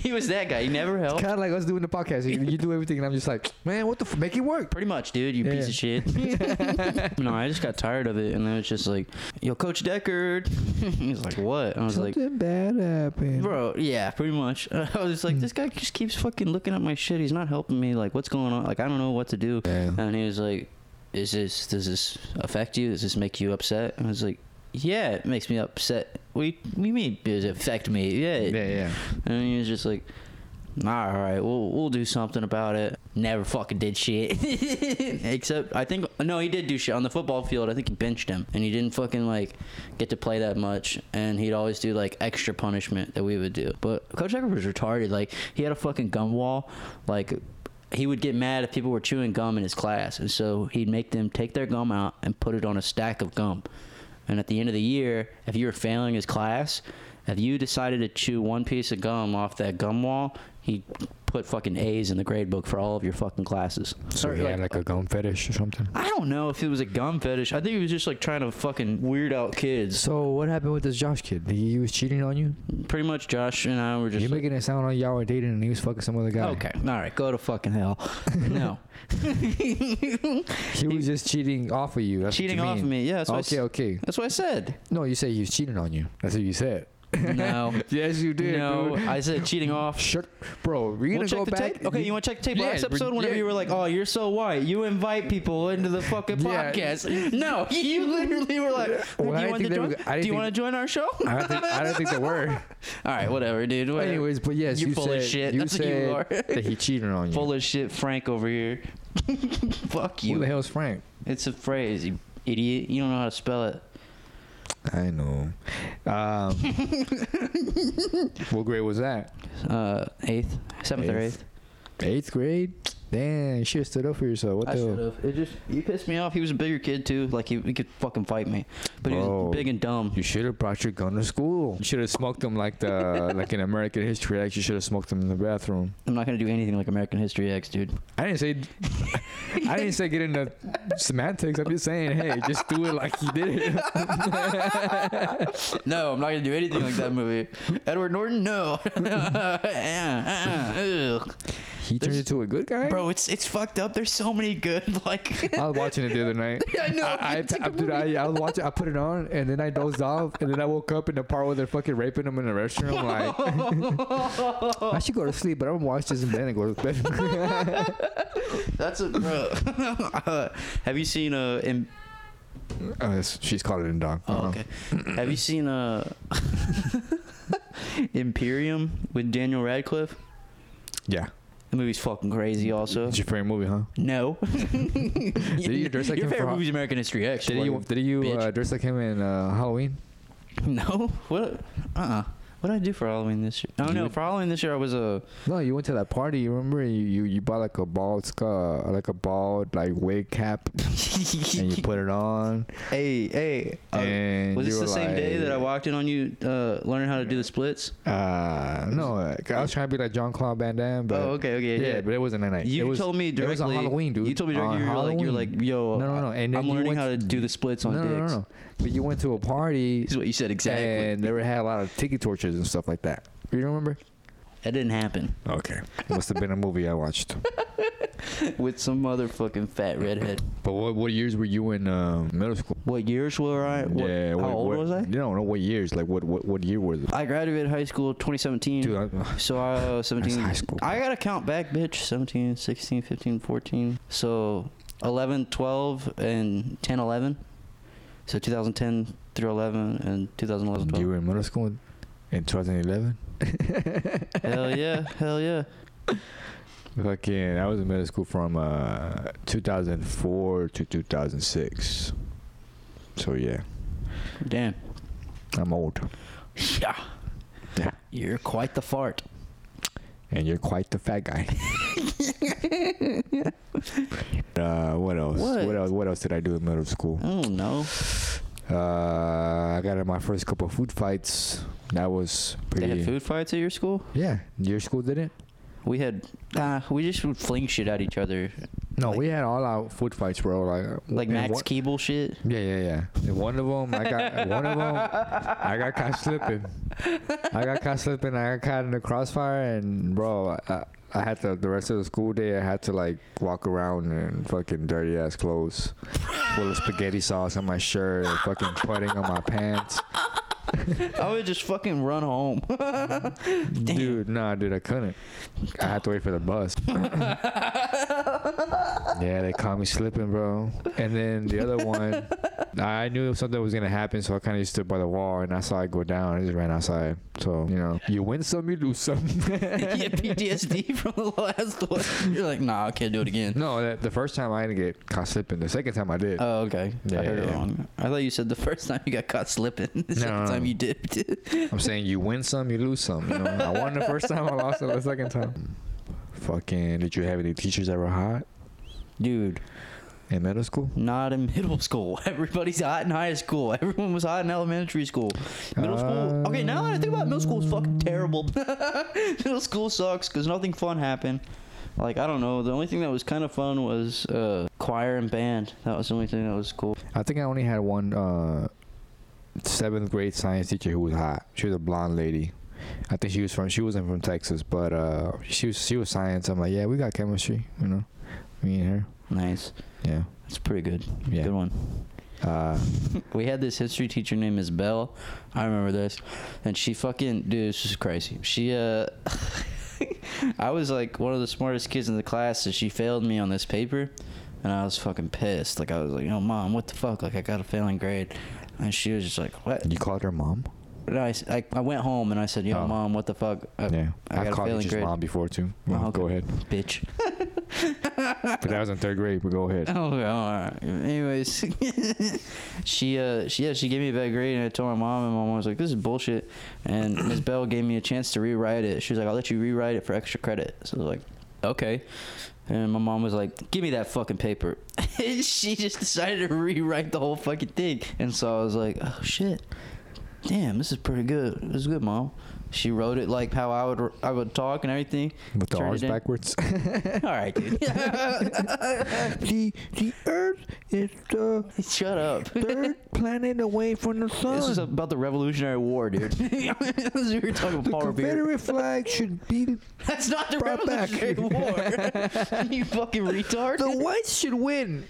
[SPEAKER 1] he was that guy. He never helped.
[SPEAKER 2] Kind of like us doing the podcast. You, you do everything, and I'm just like, man, what the f- make it work?
[SPEAKER 1] Pretty much, dude. You
[SPEAKER 2] Yeah,
[SPEAKER 1] piece of shit. no, I just got tired of it, and then it's just like, "Yo, Coach Deckard." He's like, "What?" And I was like,
[SPEAKER 2] Something bad happened.
[SPEAKER 1] Bro, yeah, pretty much. I was like, this guy just keeps fucking looking at my shit. He's not helping me. Like, what's going on? Like, I don't know what to do.
[SPEAKER 2] Yeah.
[SPEAKER 1] And he was like, is this does this affect you? Does this make you upset? I was like, yeah, it makes me upset. We we mean does it affect me? Yeah.
[SPEAKER 2] Yeah, yeah.
[SPEAKER 1] And he was just like, all right, we'll we'll do something about it. never fucking did shit. Except I think no, he did do shit on the football field. I think he benched him, and he didn't fucking like get to play that much. And he'd always do like extra punishment that we would do. But Coach Eckler was retarded. Like he had a fucking gum wall. Like he would get mad if people were chewing gum in his class, and so he'd make them take their gum out and put it on a stack of gum. And at the end of the year, if you were failing his class, if you decided to chew one piece of gum off that gum wall, he put fucking A's in the grade book for all of your fucking classes.
[SPEAKER 2] So
[SPEAKER 1] Or,
[SPEAKER 2] he
[SPEAKER 1] like,
[SPEAKER 2] had like a gum fetish or something.
[SPEAKER 1] I don't know if it was a gum fetish. I think he was just like trying to fucking weird out kids.
[SPEAKER 2] So what happened with this Josh kid? He, he was cheating on you.
[SPEAKER 1] Pretty much, Josh and I were just.
[SPEAKER 2] You're
[SPEAKER 1] like,
[SPEAKER 2] making it sound like y'all were dating and he was fucking some other guy.
[SPEAKER 1] okay, all right, go to fucking hell. No,
[SPEAKER 2] He was just cheating off of you. That's
[SPEAKER 1] cheating
[SPEAKER 2] what you
[SPEAKER 1] off
[SPEAKER 2] mean.
[SPEAKER 1] me. Yeah, that's what, I,
[SPEAKER 2] okay,
[SPEAKER 1] s-
[SPEAKER 2] okay.
[SPEAKER 1] that's what I said.
[SPEAKER 2] No, you say he was cheating on you. That's what you said.
[SPEAKER 1] No,
[SPEAKER 2] Yes, you
[SPEAKER 1] no, I said cheating off.
[SPEAKER 2] Shut, bro. We're
[SPEAKER 1] We'll
[SPEAKER 2] gonna go
[SPEAKER 1] check the
[SPEAKER 2] back.
[SPEAKER 1] tape. Okay, you want to check the tape?
[SPEAKER 2] Yeah,
[SPEAKER 1] Last
[SPEAKER 2] re-
[SPEAKER 1] episode, whenever
[SPEAKER 2] yeah.
[SPEAKER 1] you were like, "Oh, you're so white," you invite people into the fucking
[SPEAKER 2] Yeah.
[SPEAKER 1] podcast. No, you literally were like,
[SPEAKER 2] Well,
[SPEAKER 1] "Do you want
[SPEAKER 2] I didn't think
[SPEAKER 1] to
[SPEAKER 2] they
[SPEAKER 1] join?
[SPEAKER 2] were- I didn't
[SPEAKER 1] Do you
[SPEAKER 2] think-
[SPEAKER 1] want to join our show?"
[SPEAKER 2] I don't think, I don't think they were.
[SPEAKER 1] All right, whatever, dude. Whatever.
[SPEAKER 2] Anyways, but yes,
[SPEAKER 1] You're
[SPEAKER 2] you
[SPEAKER 1] full
[SPEAKER 2] said,
[SPEAKER 1] of shit.
[SPEAKER 2] You
[SPEAKER 1] That's what you
[SPEAKER 2] said
[SPEAKER 1] are.
[SPEAKER 2] that he cheated on you.
[SPEAKER 1] full of shit Frank over here. Fuck
[SPEAKER 2] Who the
[SPEAKER 1] you.
[SPEAKER 2] hell's Frank?
[SPEAKER 1] It's a phrase, you idiot. You don't know how to spell it.
[SPEAKER 2] I know. Um, what grade was that?
[SPEAKER 1] Uh, eighth, seventh or
[SPEAKER 2] Eighth.
[SPEAKER 1] eighth.
[SPEAKER 2] Eighth grade. Damn, you should have stood up for yourself. What
[SPEAKER 1] I
[SPEAKER 2] the?
[SPEAKER 1] should have. It just you pissed me off. He was a bigger kid too. Like he, he could fucking fight me, but he
[SPEAKER 2] Bro.
[SPEAKER 1] was big and dumb.
[SPEAKER 2] You should have brought your gun to school. You should have smoked them like the like in American History X. You should have smoked them in the bathroom.
[SPEAKER 1] I'm not gonna do anything like American History X, dude.
[SPEAKER 2] I didn't say I didn't say get into semantics. I'm just saying, hey, just do it like you did it.
[SPEAKER 1] No, I'm not gonna do anything like that movie. Edward Norton, no. Ugh.
[SPEAKER 2] He turned
[SPEAKER 1] There's-
[SPEAKER 2] into a good guy,
[SPEAKER 1] Bro, it's it's fucked up. There's so many good like.
[SPEAKER 2] I was watching it the other night.
[SPEAKER 1] I know.
[SPEAKER 2] I, I,
[SPEAKER 1] it's like
[SPEAKER 2] I,
[SPEAKER 1] a
[SPEAKER 2] dude, I, I was watching. I put it on, and then I dozed off, and then I woke up in the part where they're fucking raping him in the restroom. I'm like, I should go to sleep, but I'm gonna watch this in bed and go to bed.
[SPEAKER 1] That's a bro. Uh, have you seen uh? In,
[SPEAKER 2] uh, she's calling it a dog.
[SPEAKER 1] oh,
[SPEAKER 2] Uh-huh.
[SPEAKER 1] okay. have you seen uh? Imperium with Daniel Radcliffe.
[SPEAKER 2] Yeah,
[SPEAKER 1] The movie's fucking crazy. Also,
[SPEAKER 2] it's your favorite movie, huh?
[SPEAKER 1] no. Did
[SPEAKER 2] you dress like
[SPEAKER 1] your
[SPEAKER 2] him for
[SPEAKER 1] favorite
[SPEAKER 2] Ho-
[SPEAKER 1] movie's American History X?
[SPEAKER 2] Did you
[SPEAKER 1] wasn't
[SPEAKER 2] did you uh,
[SPEAKER 1] bitch.
[SPEAKER 2] dress like him in uh, Halloween?
[SPEAKER 1] it? No. What? Uh. uh What did I do for Halloween this year? Oh
[SPEAKER 2] You
[SPEAKER 1] no,
[SPEAKER 2] would-
[SPEAKER 1] for Halloween this year I was uh, a.
[SPEAKER 2] No, you went to that party. You remember? You you, you bought like a bald skull, like a bald like wig cap, and you put it on.
[SPEAKER 1] hey hey. uh,
[SPEAKER 2] and
[SPEAKER 1] was
[SPEAKER 2] you
[SPEAKER 1] this the
[SPEAKER 2] were
[SPEAKER 1] same day that I
[SPEAKER 2] like-
[SPEAKER 1] walked in on you uh, learning how to do the splits?
[SPEAKER 2] Uh, no, like, I was trying to be like John Claude Van Damme, but
[SPEAKER 1] oh, okay, okay,
[SPEAKER 2] yeah,
[SPEAKER 1] yeah.
[SPEAKER 2] but it wasn't that night.
[SPEAKER 1] You
[SPEAKER 2] it was,
[SPEAKER 1] told me
[SPEAKER 2] it
[SPEAKER 1] directly.
[SPEAKER 2] was on Halloween, dude.
[SPEAKER 1] You told me
[SPEAKER 2] On
[SPEAKER 1] directly. You're like, you're like, yo,
[SPEAKER 2] Halloween. No, no, no, and then
[SPEAKER 1] I'm
[SPEAKER 2] you
[SPEAKER 1] learning
[SPEAKER 2] went
[SPEAKER 1] how to
[SPEAKER 2] to-
[SPEAKER 1] do the splits on
[SPEAKER 2] no, no, no,
[SPEAKER 1] dicks.
[SPEAKER 2] no, But you went to a party,
[SPEAKER 1] Is what you said exactly.
[SPEAKER 2] and they were- had a lot of tiki torches and stuff like that. You remember?
[SPEAKER 1] that didn't happen
[SPEAKER 2] Okay, it must have been a movie I watched.
[SPEAKER 1] with some motherfucking fat redhead.
[SPEAKER 2] But what what years were you in uh, middle school?
[SPEAKER 1] What years were I? What,
[SPEAKER 2] yeah,
[SPEAKER 1] how
[SPEAKER 2] what,
[SPEAKER 1] old
[SPEAKER 2] what,
[SPEAKER 1] was I?
[SPEAKER 2] You don't know what years? Like what what, what year was it?
[SPEAKER 1] I graduated high school 2017.
[SPEAKER 2] Dude, I,
[SPEAKER 1] so I uh, 17.
[SPEAKER 2] high school,
[SPEAKER 1] I gotta count back, bitch. 17, 16, 15, 14. So 11, 12, and 10, 11. So 2010 through 11 and 2011. 12.
[SPEAKER 2] you were in middle school in- in 2011.
[SPEAKER 1] Hell yeah, hell yeah.
[SPEAKER 2] Fucking, I was in middle school from uh, 2004 to 2006. So yeah,
[SPEAKER 1] Damn.
[SPEAKER 2] I'm old,
[SPEAKER 1] Yeah.
[SPEAKER 2] Yeah.
[SPEAKER 1] You're quite the fart.
[SPEAKER 2] and you're quite the fat guy. uh, what else?
[SPEAKER 1] What?
[SPEAKER 2] else? What else did I do in middle school?
[SPEAKER 1] Oh no.
[SPEAKER 2] Uh, I got in my first couple of food fights. That was
[SPEAKER 1] They
[SPEAKER 2] pretty.
[SPEAKER 1] had food fights at your school?
[SPEAKER 2] Yeah, your school did it.
[SPEAKER 1] We had uh, we just would fling shit at each other.
[SPEAKER 2] No,
[SPEAKER 1] Like-
[SPEAKER 2] we had all out food fights, bro. Like,
[SPEAKER 1] Like
[SPEAKER 2] and
[SPEAKER 1] Max
[SPEAKER 2] one-
[SPEAKER 1] Keeble shit.
[SPEAKER 2] Yeah, yeah, yeah. And one of them, I got one of them. I got caught slipping. I got caught slipping. I got caught in the crossfire, and bro, I, I had to the rest of the school day. I had to like walk around in fucking dirty ass clothes, full of spaghetti sauce on my shirt, and fucking putting on my pants.
[SPEAKER 1] I would just fucking run home.
[SPEAKER 2] Dude, nah, dude, I couldn't. I had to wait for the bus. Yeah, they caught me slipping, bro. And then the other one, I knew something was gonna happen, so I kind of just stood by the wall and I saw it go down. I just ran outside. So you know, you win some, you lose some.
[SPEAKER 1] you get PTSD from the last one. You're like, nah, I can't do it again.
[SPEAKER 2] no, that, the first time I didn't get caught slipping. The second time I did.
[SPEAKER 1] Oh, okay.
[SPEAKER 2] Yeah,
[SPEAKER 1] I heard
[SPEAKER 2] yeah,
[SPEAKER 1] it
[SPEAKER 2] yeah.
[SPEAKER 1] wrong. I thought you said the first time you got caught slipping. The
[SPEAKER 2] No,
[SPEAKER 1] second
[SPEAKER 2] no,
[SPEAKER 1] time
[SPEAKER 2] no.
[SPEAKER 1] you dipped.
[SPEAKER 2] I'm saying you win some, you lose some. You know, I won the first time, I lost it the second time. Fucking, did you have any teachers that were hot
[SPEAKER 1] Dude,
[SPEAKER 2] in middle school?
[SPEAKER 1] not in middle school. Everybody's hot in high school. Everyone was hot in elementary school. Middle
[SPEAKER 2] Uh,
[SPEAKER 1] school. Okay, now that I think about it, middle school is fucking terrible. middle school sucks because nothing fun happened. Like, I don't know. The only thing that was kind of fun was uh, choir and band. That was the only thing that was cool.
[SPEAKER 2] I think I only had one uh, seventh grade science teacher who was hot. She was a blonde lady. I think she was from she wasn't from Texas, but uh, she was she was science. I'm like, yeah, we got chemistry, you know, me and her.
[SPEAKER 1] Nice.
[SPEAKER 2] Yeah,
[SPEAKER 1] That's pretty good.
[SPEAKER 2] Yeah.
[SPEAKER 1] Good one.
[SPEAKER 2] uh,
[SPEAKER 1] We had this history teacher named Ms. Bell. I remember this. And she fucking dude, this is crazy. She uh I was like one of the smartest kids in the class, so she failed me on this paper and I was fucking pissed. Like I was like, Yo mom, what the fuck? Like I got a failing grade and she was just like, What?
[SPEAKER 2] you called her mom.
[SPEAKER 1] And I, s- I, I went home and I said, Yo
[SPEAKER 2] Oh.
[SPEAKER 1] mom, what the fuck? I,
[SPEAKER 2] yeah,
[SPEAKER 1] Uh, I got
[SPEAKER 2] I've
[SPEAKER 1] a
[SPEAKER 2] called
[SPEAKER 1] failing
[SPEAKER 2] teachers
[SPEAKER 1] grade.
[SPEAKER 2] mom before too.
[SPEAKER 1] Oh,
[SPEAKER 2] Well,
[SPEAKER 1] okay.
[SPEAKER 2] Go ahead,
[SPEAKER 1] Bitch.
[SPEAKER 2] but that was in third grade. But go ahead.
[SPEAKER 1] Oh, okay, all right. Anyways, she uh she yeah she gave me a bad grade and I told my mom and my mom was like this is bullshit and Miss Bell gave me a chance to rewrite it. She was like I'll let you rewrite it for extra credit. So I was like okay, and my mom was like give me that fucking paper. and she just decided to rewrite the whole fucking thing and so I was like oh shit, damn this is pretty good. This is good mom. She wrote it like how I would I would talk and everything.
[SPEAKER 2] With the
[SPEAKER 1] Turn it
[SPEAKER 2] R's
[SPEAKER 1] in.
[SPEAKER 2] backwards.
[SPEAKER 1] All right, dude.
[SPEAKER 2] the the Earth is the
[SPEAKER 1] Shut up.
[SPEAKER 2] third planet away from the sun.
[SPEAKER 1] This is about the Revolutionary War, dude. we were talking about Paul Revere.
[SPEAKER 2] flag should be.
[SPEAKER 1] That's not the
[SPEAKER 2] brought back.
[SPEAKER 1] Revolutionary War. you fucking retard.
[SPEAKER 2] whites should win.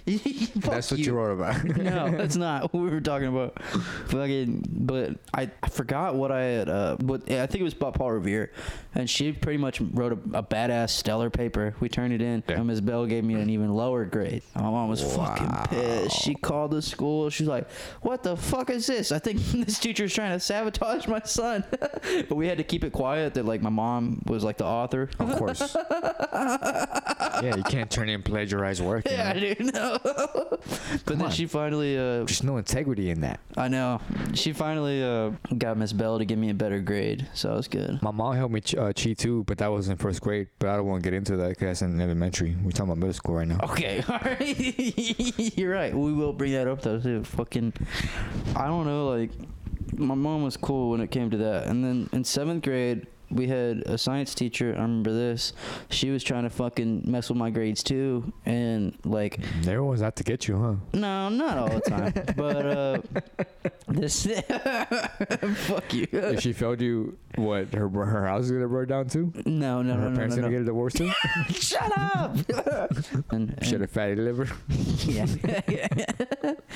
[SPEAKER 1] Fuck
[SPEAKER 2] That's what you, wrote about.
[SPEAKER 1] no, that's not what we were talking about. Fucking, but I, I forgot what I had. Uh, what yeah, I think it was about Paul Revere, and she pretty much wrote a, a badass stellar paper. We turned it in,
[SPEAKER 2] Yeah.
[SPEAKER 1] and Miss Bell gave me an even lower grade. My mom was
[SPEAKER 2] Wow.
[SPEAKER 1] fucking pissed. She called the school. She's like, "What the fuck is this? I think this teacher's trying to sabotage my son." but we had to keep it quiet that like my mom was like the author.
[SPEAKER 2] Of course. yeah, you can't turn in plagiarized work. you
[SPEAKER 1] Yeah,
[SPEAKER 2] know?
[SPEAKER 1] dude. No. but then
[SPEAKER 2] on.
[SPEAKER 1] she finally uh,
[SPEAKER 2] There's no integrity in that.
[SPEAKER 1] I know. She finally uh, got Miss Bell to give me a better grade, so that was good.
[SPEAKER 2] My mom helped me ch- uh, cheat too, but that was in first grade. But I don't want to get into that because that's in elementary. We're talking about middle school right now.
[SPEAKER 1] Okay, all right. You're right. We will bring that up though too. Fucking, I don't know. Like, my mom was cool when it came to that. And then in seventh grade, we had a science teacher. I remember this. She was trying to fucking mess with my grades too, and like
[SPEAKER 2] Everyone's out to get you, huh?
[SPEAKER 1] No, not all the time. but uh this fuck you.
[SPEAKER 2] If she failed you, what her her house is gonna burn down too?
[SPEAKER 1] No, no,
[SPEAKER 2] her
[SPEAKER 1] no, no,
[SPEAKER 2] parents
[SPEAKER 1] no,
[SPEAKER 2] gonna
[SPEAKER 1] no.
[SPEAKER 2] get a divorce too?
[SPEAKER 1] Shut up. and,
[SPEAKER 2] she had a fatty liver.
[SPEAKER 1] yeah.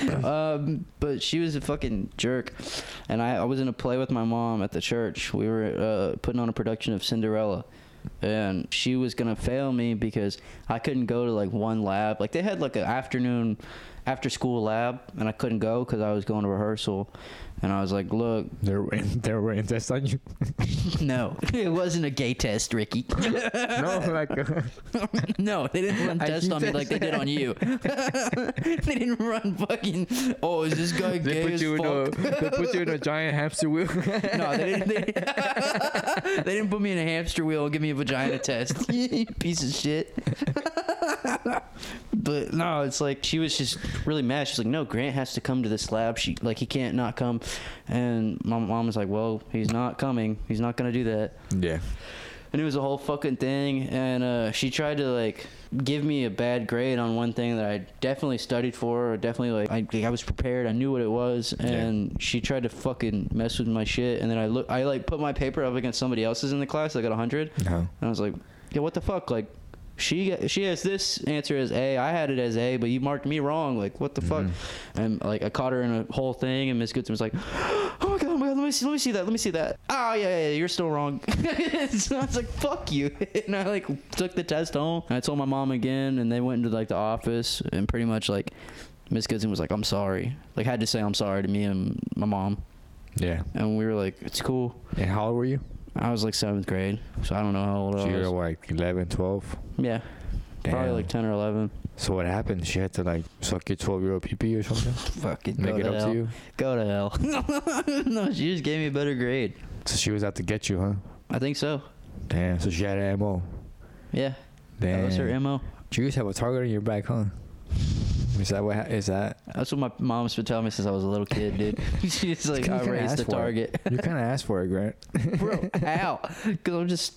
[SPEAKER 1] um, but she was a fucking jerk, and I, I was in a play with my mom at the church. We were uh, putting on a production of Cinderella, and she was gonna fail me because I couldn't go to like one lab. Like they had like an afternoon, after school lab, and I couldn't go because I was going to rehearsal. And I was like, "Look,
[SPEAKER 2] They were they were in test on you.
[SPEAKER 1] no, it wasn't a gay test, Ricky.
[SPEAKER 2] no, like uh,
[SPEAKER 1] No, they didn't run
[SPEAKER 2] I
[SPEAKER 1] tests
[SPEAKER 2] keep
[SPEAKER 1] on me like they did on you. they didn't run fucking. Oh, is this guy
[SPEAKER 2] they
[SPEAKER 1] gay
[SPEAKER 2] put
[SPEAKER 1] as
[SPEAKER 2] you in a
[SPEAKER 1] fuck?
[SPEAKER 2] they put you in a giant hamster wheel.
[SPEAKER 1] no, they didn't. They, they didn't put me in a hamster wheel and give me a vagina test. You Piece of shit. but no, it's like she was just really mad. She's like, "No, Grant has to come to this lab. She like he can't not come." And my mom was like, "Well, he's not coming. He's not gonna do that."
[SPEAKER 2] yeah.
[SPEAKER 1] and it was a whole fucking thing and uh, she tried to like give me a bad grade on one thing that i definitely studied for or definitely like i, like, I was prepared i knew what it was and she tried to fucking mess with my shit and then i look i like put my paper up against somebody else's in the class i got 100 and
[SPEAKER 2] No.
[SPEAKER 1] i was like yeah what the fuck like she got, she has this answer as A. I had it as A, but you marked me wrong. Like what the fuck? And like I caught her in a whole thing, and Miss Goodson was like, "Oh my god, oh my god, oh my me see, let me see that. Let me see that. Oh yeah, yeah, yeah you're still wrong. so I was like, fuck you. And I like took the test home. And I told my mom again, and they went into like the office and pretty much like Miss Goodson was like, I'm sorry. Like had to say I'm sorry to me and my mom.
[SPEAKER 2] Yeah.
[SPEAKER 1] And we were like, it's cool.
[SPEAKER 2] And how old were you?
[SPEAKER 1] I was like seventh grade, so I don't know how old
[SPEAKER 2] So
[SPEAKER 1] I
[SPEAKER 2] you were
[SPEAKER 1] was.
[SPEAKER 2] like 11, 12?
[SPEAKER 1] Yeah, probably like ten or eleven.
[SPEAKER 2] So what happened? She had to like suck your 12 year old pee or something?
[SPEAKER 1] Fucking
[SPEAKER 2] Make
[SPEAKER 1] go
[SPEAKER 2] it
[SPEAKER 1] to
[SPEAKER 2] up
[SPEAKER 1] hell.
[SPEAKER 2] to you?
[SPEAKER 1] Go to hell. no, she just gave me a better grade.
[SPEAKER 2] So she was out to get you, huh?
[SPEAKER 1] I think so.
[SPEAKER 2] Damn. So she had an MO.
[SPEAKER 1] Yeah,
[SPEAKER 2] Damn.
[SPEAKER 1] that was her mo.
[SPEAKER 2] you just have a target on your back, huh? Is that what? Ha- is that?
[SPEAKER 1] That's what my mom's been telling me since I was a little kid, dude. She's like,
[SPEAKER 2] You
[SPEAKER 1] I
[SPEAKER 2] kinda
[SPEAKER 1] raised the
[SPEAKER 2] asked for it.
[SPEAKER 1] target,
[SPEAKER 2] You kind of asked for it, Grant.
[SPEAKER 1] bro. How? Because I'm just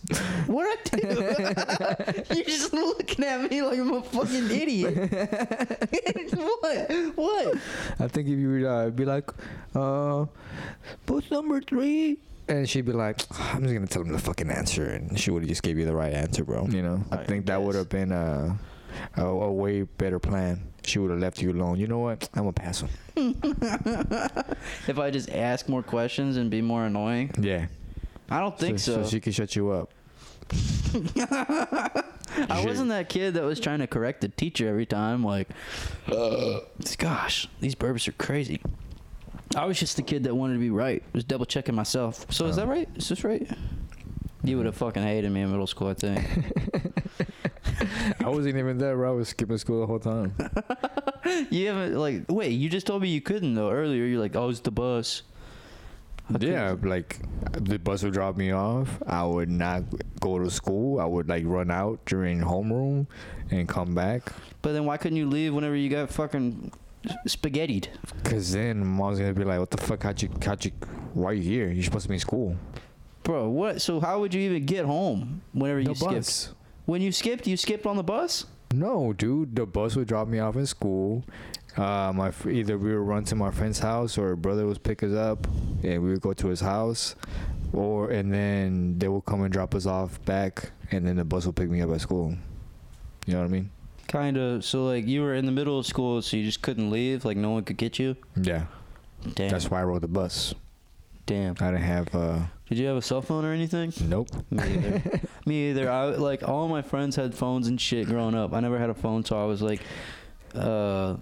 [SPEAKER 1] what I do. You're just looking at me like I'm a fucking idiot. what? What?
[SPEAKER 2] I think if you would uh, be like, uh, booth number three, and she'd be like, "Ah, I'm just gonna tell him the fucking answer, and she would have just gave you the right answer, bro. You know, I,
[SPEAKER 1] I
[SPEAKER 2] think that
[SPEAKER 1] guess.
[SPEAKER 2] would have been uh, a, a way better plan. She would have left you alone. You know what? I'm gonna pass him.
[SPEAKER 1] If I just ask more questions and be more annoying,
[SPEAKER 2] Yeah,
[SPEAKER 1] I don't think so.
[SPEAKER 2] she could shut you up.
[SPEAKER 1] I
[SPEAKER 2] Shit.
[SPEAKER 1] wasn't that kid that was trying to correct the teacher every time. Like,
[SPEAKER 2] Uh.
[SPEAKER 1] gosh, these burps are crazy. I was just the kid that wanted to be right, was double checking myself. So is
[SPEAKER 2] Oh.
[SPEAKER 1] that right? Is this right? You would have fucking hated me in middle school, I think.
[SPEAKER 2] I wasn't even there, bro. I was skipping school the whole time.
[SPEAKER 1] you haven't like wait. You just told me you couldn't though. Earlier, you're like, oh, it's the bus. I couldn't-
[SPEAKER 2] Yeah, like the bus would drop me off. I would not go to school. I would like run out during homeroom and come back.
[SPEAKER 1] But then why couldn't you leave whenever you got fucking spaghettied?
[SPEAKER 2] Cause then mom's gonna be like, "What the fuck? How'd you? How'd you? Why you here? You're supposed to be in school."
[SPEAKER 1] Bro, what? So how would you even get home whenever you skipped? When you skipped, you skipped on the bus.
[SPEAKER 2] No, dude. The bus would drop me off in school. Uh, my fr- either we would run to my friend's house or her brother would pick us up, and we would go to his house, or and then they would come and drop us off back, and then the bus would pick me up at school. You know what I mean?
[SPEAKER 1] Kind of. So like you were in the middle of school, so you just couldn't leave. Like no one could get you.
[SPEAKER 2] Yeah.
[SPEAKER 1] Damn.
[SPEAKER 2] That's why I rode the bus.
[SPEAKER 1] Damn.
[SPEAKER 2] I didn't have uh
[SPEAKER 1] Did you have a cell phone or anything?
[SPEAKER 2] nope.
[SPEAKER 1] Me either. Me either. I like all my friends had phones and shit growing up. I never had a phone, so I was like, uh,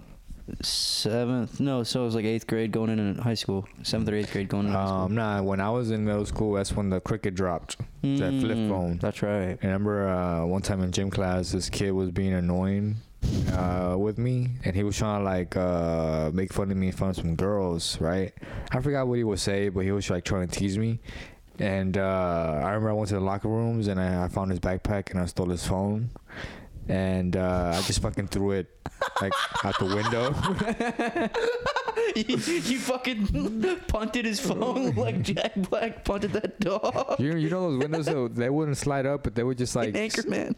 [SPEAKER 1] seventh. No, so I was like eighth grade going into high school. Seventh or eighth grade going into high school.
[SPEAKER 2] Um nah, when I was in middle school that's when the cricket dropped. that flip
[SPEAKER 1] Mm,
[SPEAKER 2] phone.
[SPEAKER 1] That's right.
[SPEAKER 2] I remember uh one time in gym class this kid was being annoying uh with me and he was trying to like uh make fun of me in front of some girls, right? I forgot what he would say, but he was like trying to tease me. And uh I remember I went to the locker rooms and I, I found his backpack and I stole his phone. And uh, I just fucking threw it like out the window.
[SPEAKER 1] you, you fucking punted his phone like Jack Black punted that dog.
[SPEAKER 2] You, you know those windows that they wouldn't slide up, but they would just like
[SPEAKER 1] Anchorman.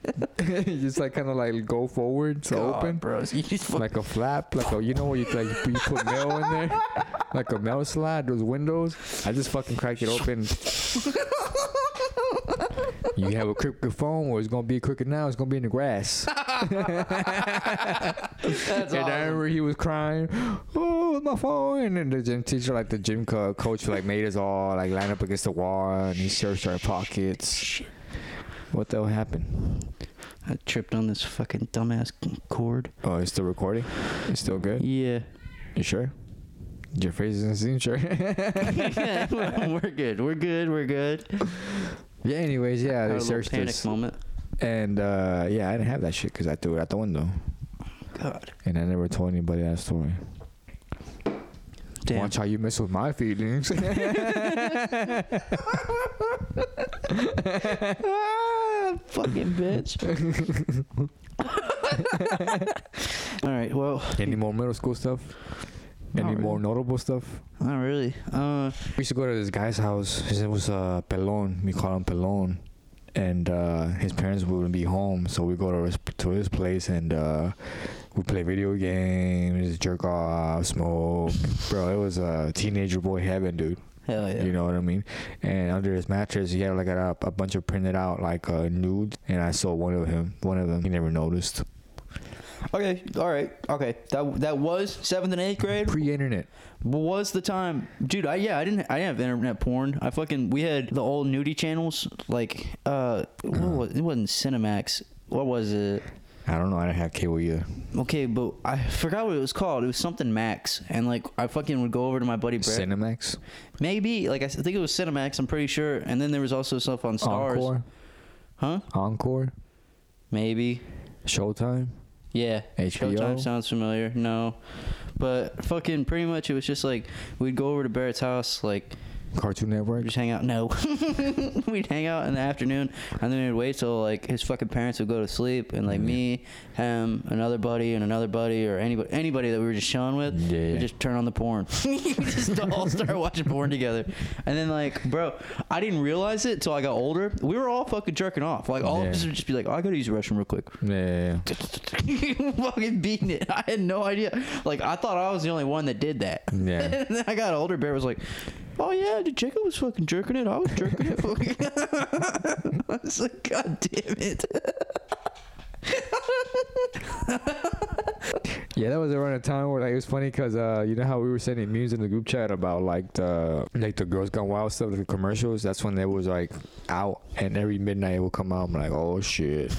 [SPEAKER 2] just like kind of like go forward to
[SPEAKER 1] God,
[SPEAKER 2] open,
[SPEAKER 1] bro. You just fucking
[SPEAKER 2] like a flap, like a you know where you like you put mail in there, like a mail slide. Those windows, I just fucking cracked it open. You have a crooked phone, or it's gonna be crooked now. It's gonna be in the grass.
[SPEAKER 1] That's
[SPEAKER 2] and I remember he was crying, "Oh, my phone!" And then the gym teacher, like the gym co- coach, like made us all like line up against the wall, and he searched our pockets. What the hell happened?
[SPEAKER 1] I tripped on this fucking dumbass cord.
[SPEAKER 2] Oh, it's still recording. It's still good.
[SPEAKER 1] Yeah.
[SPEAKER 2] You sure? Your face doesn't seem sure.
[SPEAKER 1] we're good. We're good. We're good.
[SPEAKER 2] yeah. Anyways, yeah,
[SPEAKER 1] Had a
[SPEAKER 2] they
[SPEAKER 1] little
[SPEAKER 2] searched
[SPEAKER 1] panic
[SPEAKER 2] us,
[SPEAKER 1] moment.
[SPEAKER 2] and uh, yeah, I didn't have that shit because I threw it out the window,
[SPEAKER 1] God
[SPEAKER 2] and I never told anybody that story.
[SPEAKER 1] damn.
[SPEAKER 2] Watch how you mess with my feelings.
[SPEAKER 1] Ah, fucking bitch. All right. Well,
[SPEAKER 2] Any more middle school stuff?
[SPEAKER 1] Not
[SPEAKER 2] Any
[SPEAKER 1] really.
[SPEAKER 2] more notable stuff?
[SPEAKER 1] not really. Uh,
[SPEAKER 2] We used to go to this guy's house. His name was uh, Pelon. We call him Pelon. And uh, his parents wouldn't be home, so we go to his, to his place and uh, we play video games, jerk off, smoke. Bro, it was uh, teenager boy heaven, dude.
[SPEAKER 1] hell yeah.
[SPEAKER 2] You know what I mean? And under his mattress, he had like a, a bunch of printed out like uh, nudes, and I saw one of him. One of them, he never noticed.
[SPEAKER 1] Okay, all right, okay. That that was seventh and eighth grade.
[SPEAKER 2] Pre-internet.
[SPEAKER 1] was the time, dude? I yeah, I didn't I didn't have internet porn. I fucking we had the old nudie channels like uh, what was, it wasn't Cinemax. What was it?
[SPEAKER 2] I don't know. I didn't have cable either.
[SPEAKER 1] Okay, but I forgot what it was called. It was something Max, and like I fucking would go over to my buddy Brett.
[SPEAKER 2] Cinemax.
[SPEAKER 1] Maybe like I s- I think it was Cinemax. I'm pretty sure. And then there was also stuff on Stars,
[SPEAKER 2] Encore.
[SPEAKER 1] huh?
[SPEAKER 2] Encore.
[SPEAKER 1] Maybe.
[SPEAKER 2] Showtime.
[SPEAKER 1] Yeah.
[SPEAKER 2] HBO?
[SPEAKER 1] Showtime sounds familiar. No. But fucking pretty much it was just like we'd go over to Barrett's house, like
[SPEAKER 2] Cartoon Network.
[SPEAKER 1] we'd just hang out. No. we'd hang out in the afternoon and then we'd wait till like his fucking parents would go to sleep and like me, him, another buddy and another buddy or anybody anybody that we were just chilling with,
[SPEAKER 2] Yeah.
[SPEAKER 1] we'd just turn on the porn. we just all start watching porn together. And then like, bro, I didn't realize it till I got older. We were all fucking jerking off. Like all
[SPEAKER 2] Yeah.
[SPEAKER 1] of us would just be like, oh, I gotta use the restroom real quick.
[SPEAKER 2] Yeah, yeah,
[SPEAKER 1] fucking beating it. I had no idea. Like I thought I was the only one that did that.
[SPEAKER 2] Yeah.
[SPEAKER 1] and then I got older. Bear was like, "Oh yeah, the Jacob was fucking jerking it. I was jerking it." Fucking. I was like, "God damn it!"
[SPEAKER 2] yeah. Yeah, that was around a time where like it was funny because uh, you know how we were sending memes in the group chat about like the like the Girls Gone Wild stuff, the commercials. That's when they was like out, and every midnight it would come out. I'm like, oh shit.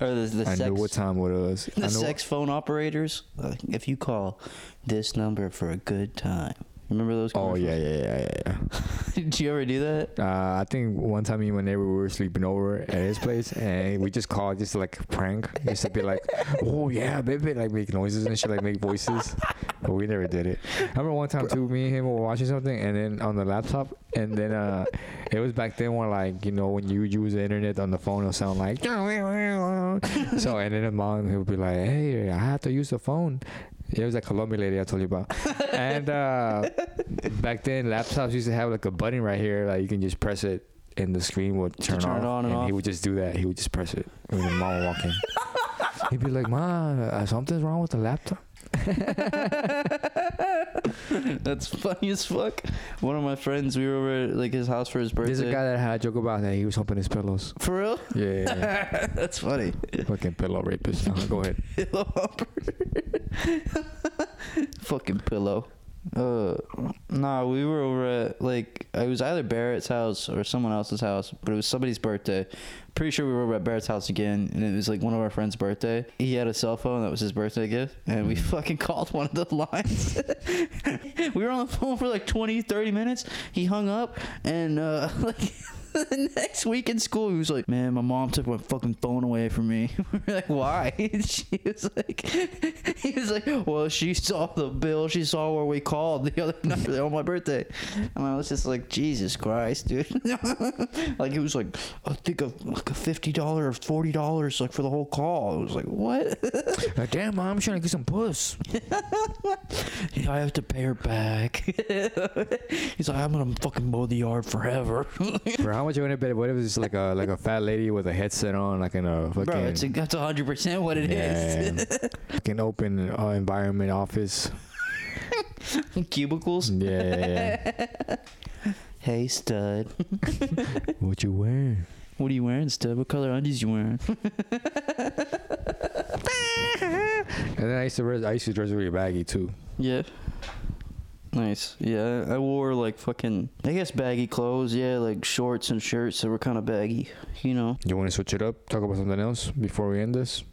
[SPEAKER 1] Or the, the
[SPEAKER 2] I
[SPEAKER 1] sex,
[SPEAKER 2] knew what time it was. I
[SPEAKER 1] the
[SPEAKER 2] knew
[SPEAKER 1] sex phone operators. Uh, if you call this number for a good time, remember those?
[SPEAKER 2] Oh
[SPEAKER 1] commercials?
[SPEAKER 2] yeah, yeah, yeah, yeah. yeah.
[SPEAKER 1] Did you ever do that?
[SPEAKER 2] Uh, I think one time me and my neighbor we were sleeping over at his place, and we just called just like prank, just to be like, "Oh yeah, baby," like make noises and shit, like make voices. But we never did it. I remember one time too, me and him were watching something, and then on the laptop, and then uh, it was back then when like you know when you use the internet on the phone, it'll sound like. so and then the mom he would be like, "Hey, I have to use the phone." It was that Colombian lady I told you about, and. uh back then laptops used to have like a button right here like you can just press it and the screen would turn,
[SPEAKER 1] turn
[SPEAKER 2] off
[SPEAKER 1] it on and
[SPEAKER 2] he
[SPEAKER 1] off.
[SPEAKER 2] would just do that he would just press it when the mom would walk in he'd be like ma uh, something's wrong with the laptop
[SPEAKER 1] That's funny as fuck. One of my friends, we were over at like his house for his birthday.
[SPEAKER 2] there's a guy that had a joke about that he was humping his pillows
[SPEAKER 1] for real?
[SPEAKER 2] yeah, yeah, yeah.
[SPEAKER 1] That's funny.
[SPEAKER 2] fucking pillow rapist Uh, go ahead
[SPEAKER 1] Pillow hopper. Fucking pillow. Uh, nah, we were over at like it was either Barrett's house or someone else's house, but it was somebody's birthday. Pretty sure we were over at Barrett's house again, and it was like one of our friends' birthday. He had a cell phone that was his birthday gift, and we fucking called one of the lines. we were on the phone for like 20, 30 minutes. He hung up, and uh, like the next week in school, he was like, "Man, my mom took my fucking phone away from me." We We're like, "Why?" she was like, "He was like, well, she saw the bill. She saw where we called the other night on my birthday." And I was just like, "Jesus Christ, dude!" like it was like, I think of like a fifty dollar or forty dollars like for the whole call. I was like, "What?"
[SPEAKER 2] like damn mom I'm trying to get some puss
[SPEAKER 1] I have to pay her back. He's like, "I'm gonna fucking mow the yard forever."
[SPEAKER 2] bro how much you want to bet what if it's like a like a fat lady with a headset on like in a fucking
[SPEAKER 1] Bro, it's a, that's hundred percent what it is.
[SPEAKER 2] yeah, fucking open uh, environment office
[SPEAKER 1] Cubicles.
[SPEAKER 2] yeah, yeah, yeah.
[SPEAKER 1] Hey, stud.
[SPEAKER 2] What you wearing?
[SPEAKER 1] What are you wearing, stud? What color undies you wearing?
[SPEAKER 2] And then I used to dress, I used to dress really baggy too.
[SPEAKER 1] yeah. Nice. Yeah, I wore like fucking, I guess baggy clothes. Yeah, like shorts and shirts that were kind of baggy. You know,
[SPEAKER 2] You want to switch it up? Talk about something else before we end this.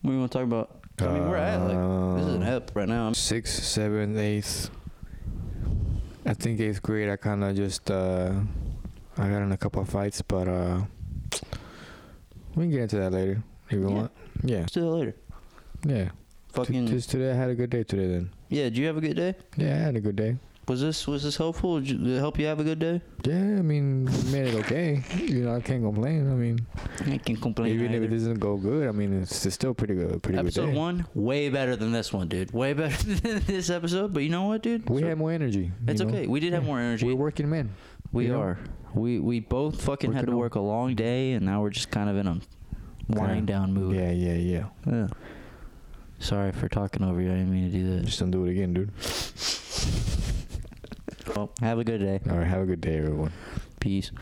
[SPEAKER 1] what do you want to talk about? I mean, we're at like this is an
[SPEAKER 2] Uh,
[SPEAKER 1] ep right now. I'm-
[SPEAKER 2] six, seven, eighth. I think eighth grade. I kind of just uh, I got in a couple of fights, but uh, we can get into that later if you
[SPEAKER 1] Yeah.
[SPEAKER 2] want. Yeah,
[SPEAKER 1] See you later.
[SPEAKER 2] yeah.
[SPEAKER 1] Fucking
[SPEAKER 2] Just today, I had a good day today. Then,
[SPEAKER 1] yeah. Did you have a good day?
[SPEAKER 2] yeah, I had a good day.
[SPEAKER 1] Was this was this helpful? Did, you, did it help you have a good day?
[SPEAKER 2] Yeah, I mean, made it okay. You know, I can't complain. I mean,
[SPEAKER 1] I can complain.
[SPEAKER 2] even if it
[SPEAKER 1] either.
[SPEAKER 2] doesn't go good, I mean, it's, it's still pretty good. Pretty good
[SPEAKER 1] episode
[SPEAKER 2] day.
[SPEAKER 1] one, way better than this one, dude. Way better than this episode. But you know what, dude?
[SPEAKER 2] We
[SPEAKER 1] So-
[SPEAKER 2] had more energy.
[SPEAKER 1] It's
[SPEAKER 2] you know?
[SPEAKER 1] okay. We did have
[SPEAKER 2] Yeah.
[SPEAKER 1] more energy.
[SPEAKER 2] We're working men.
[SPEAKER 1] We
[SPEAKER 2] You know?
[SPEAKER 1] are. We we both fucking had to
[SPEAKER 2] Working on-
[SPEAKER 1] work a long day, and now we're just kind of in a wind down mood.
[SPEAKER 2] Yeah, yeah, yeah.
[SPEAKER 1] Yeah. Sorry for talking over you. I didn't mean to do
[SPEAKER 2] Just don't do it again, dude.
[SPEAKER 1] this. well, have a good day.
[SPEAKER 2] oh. All right, have a good day, everyone.
[SPEAKER 1] Peace.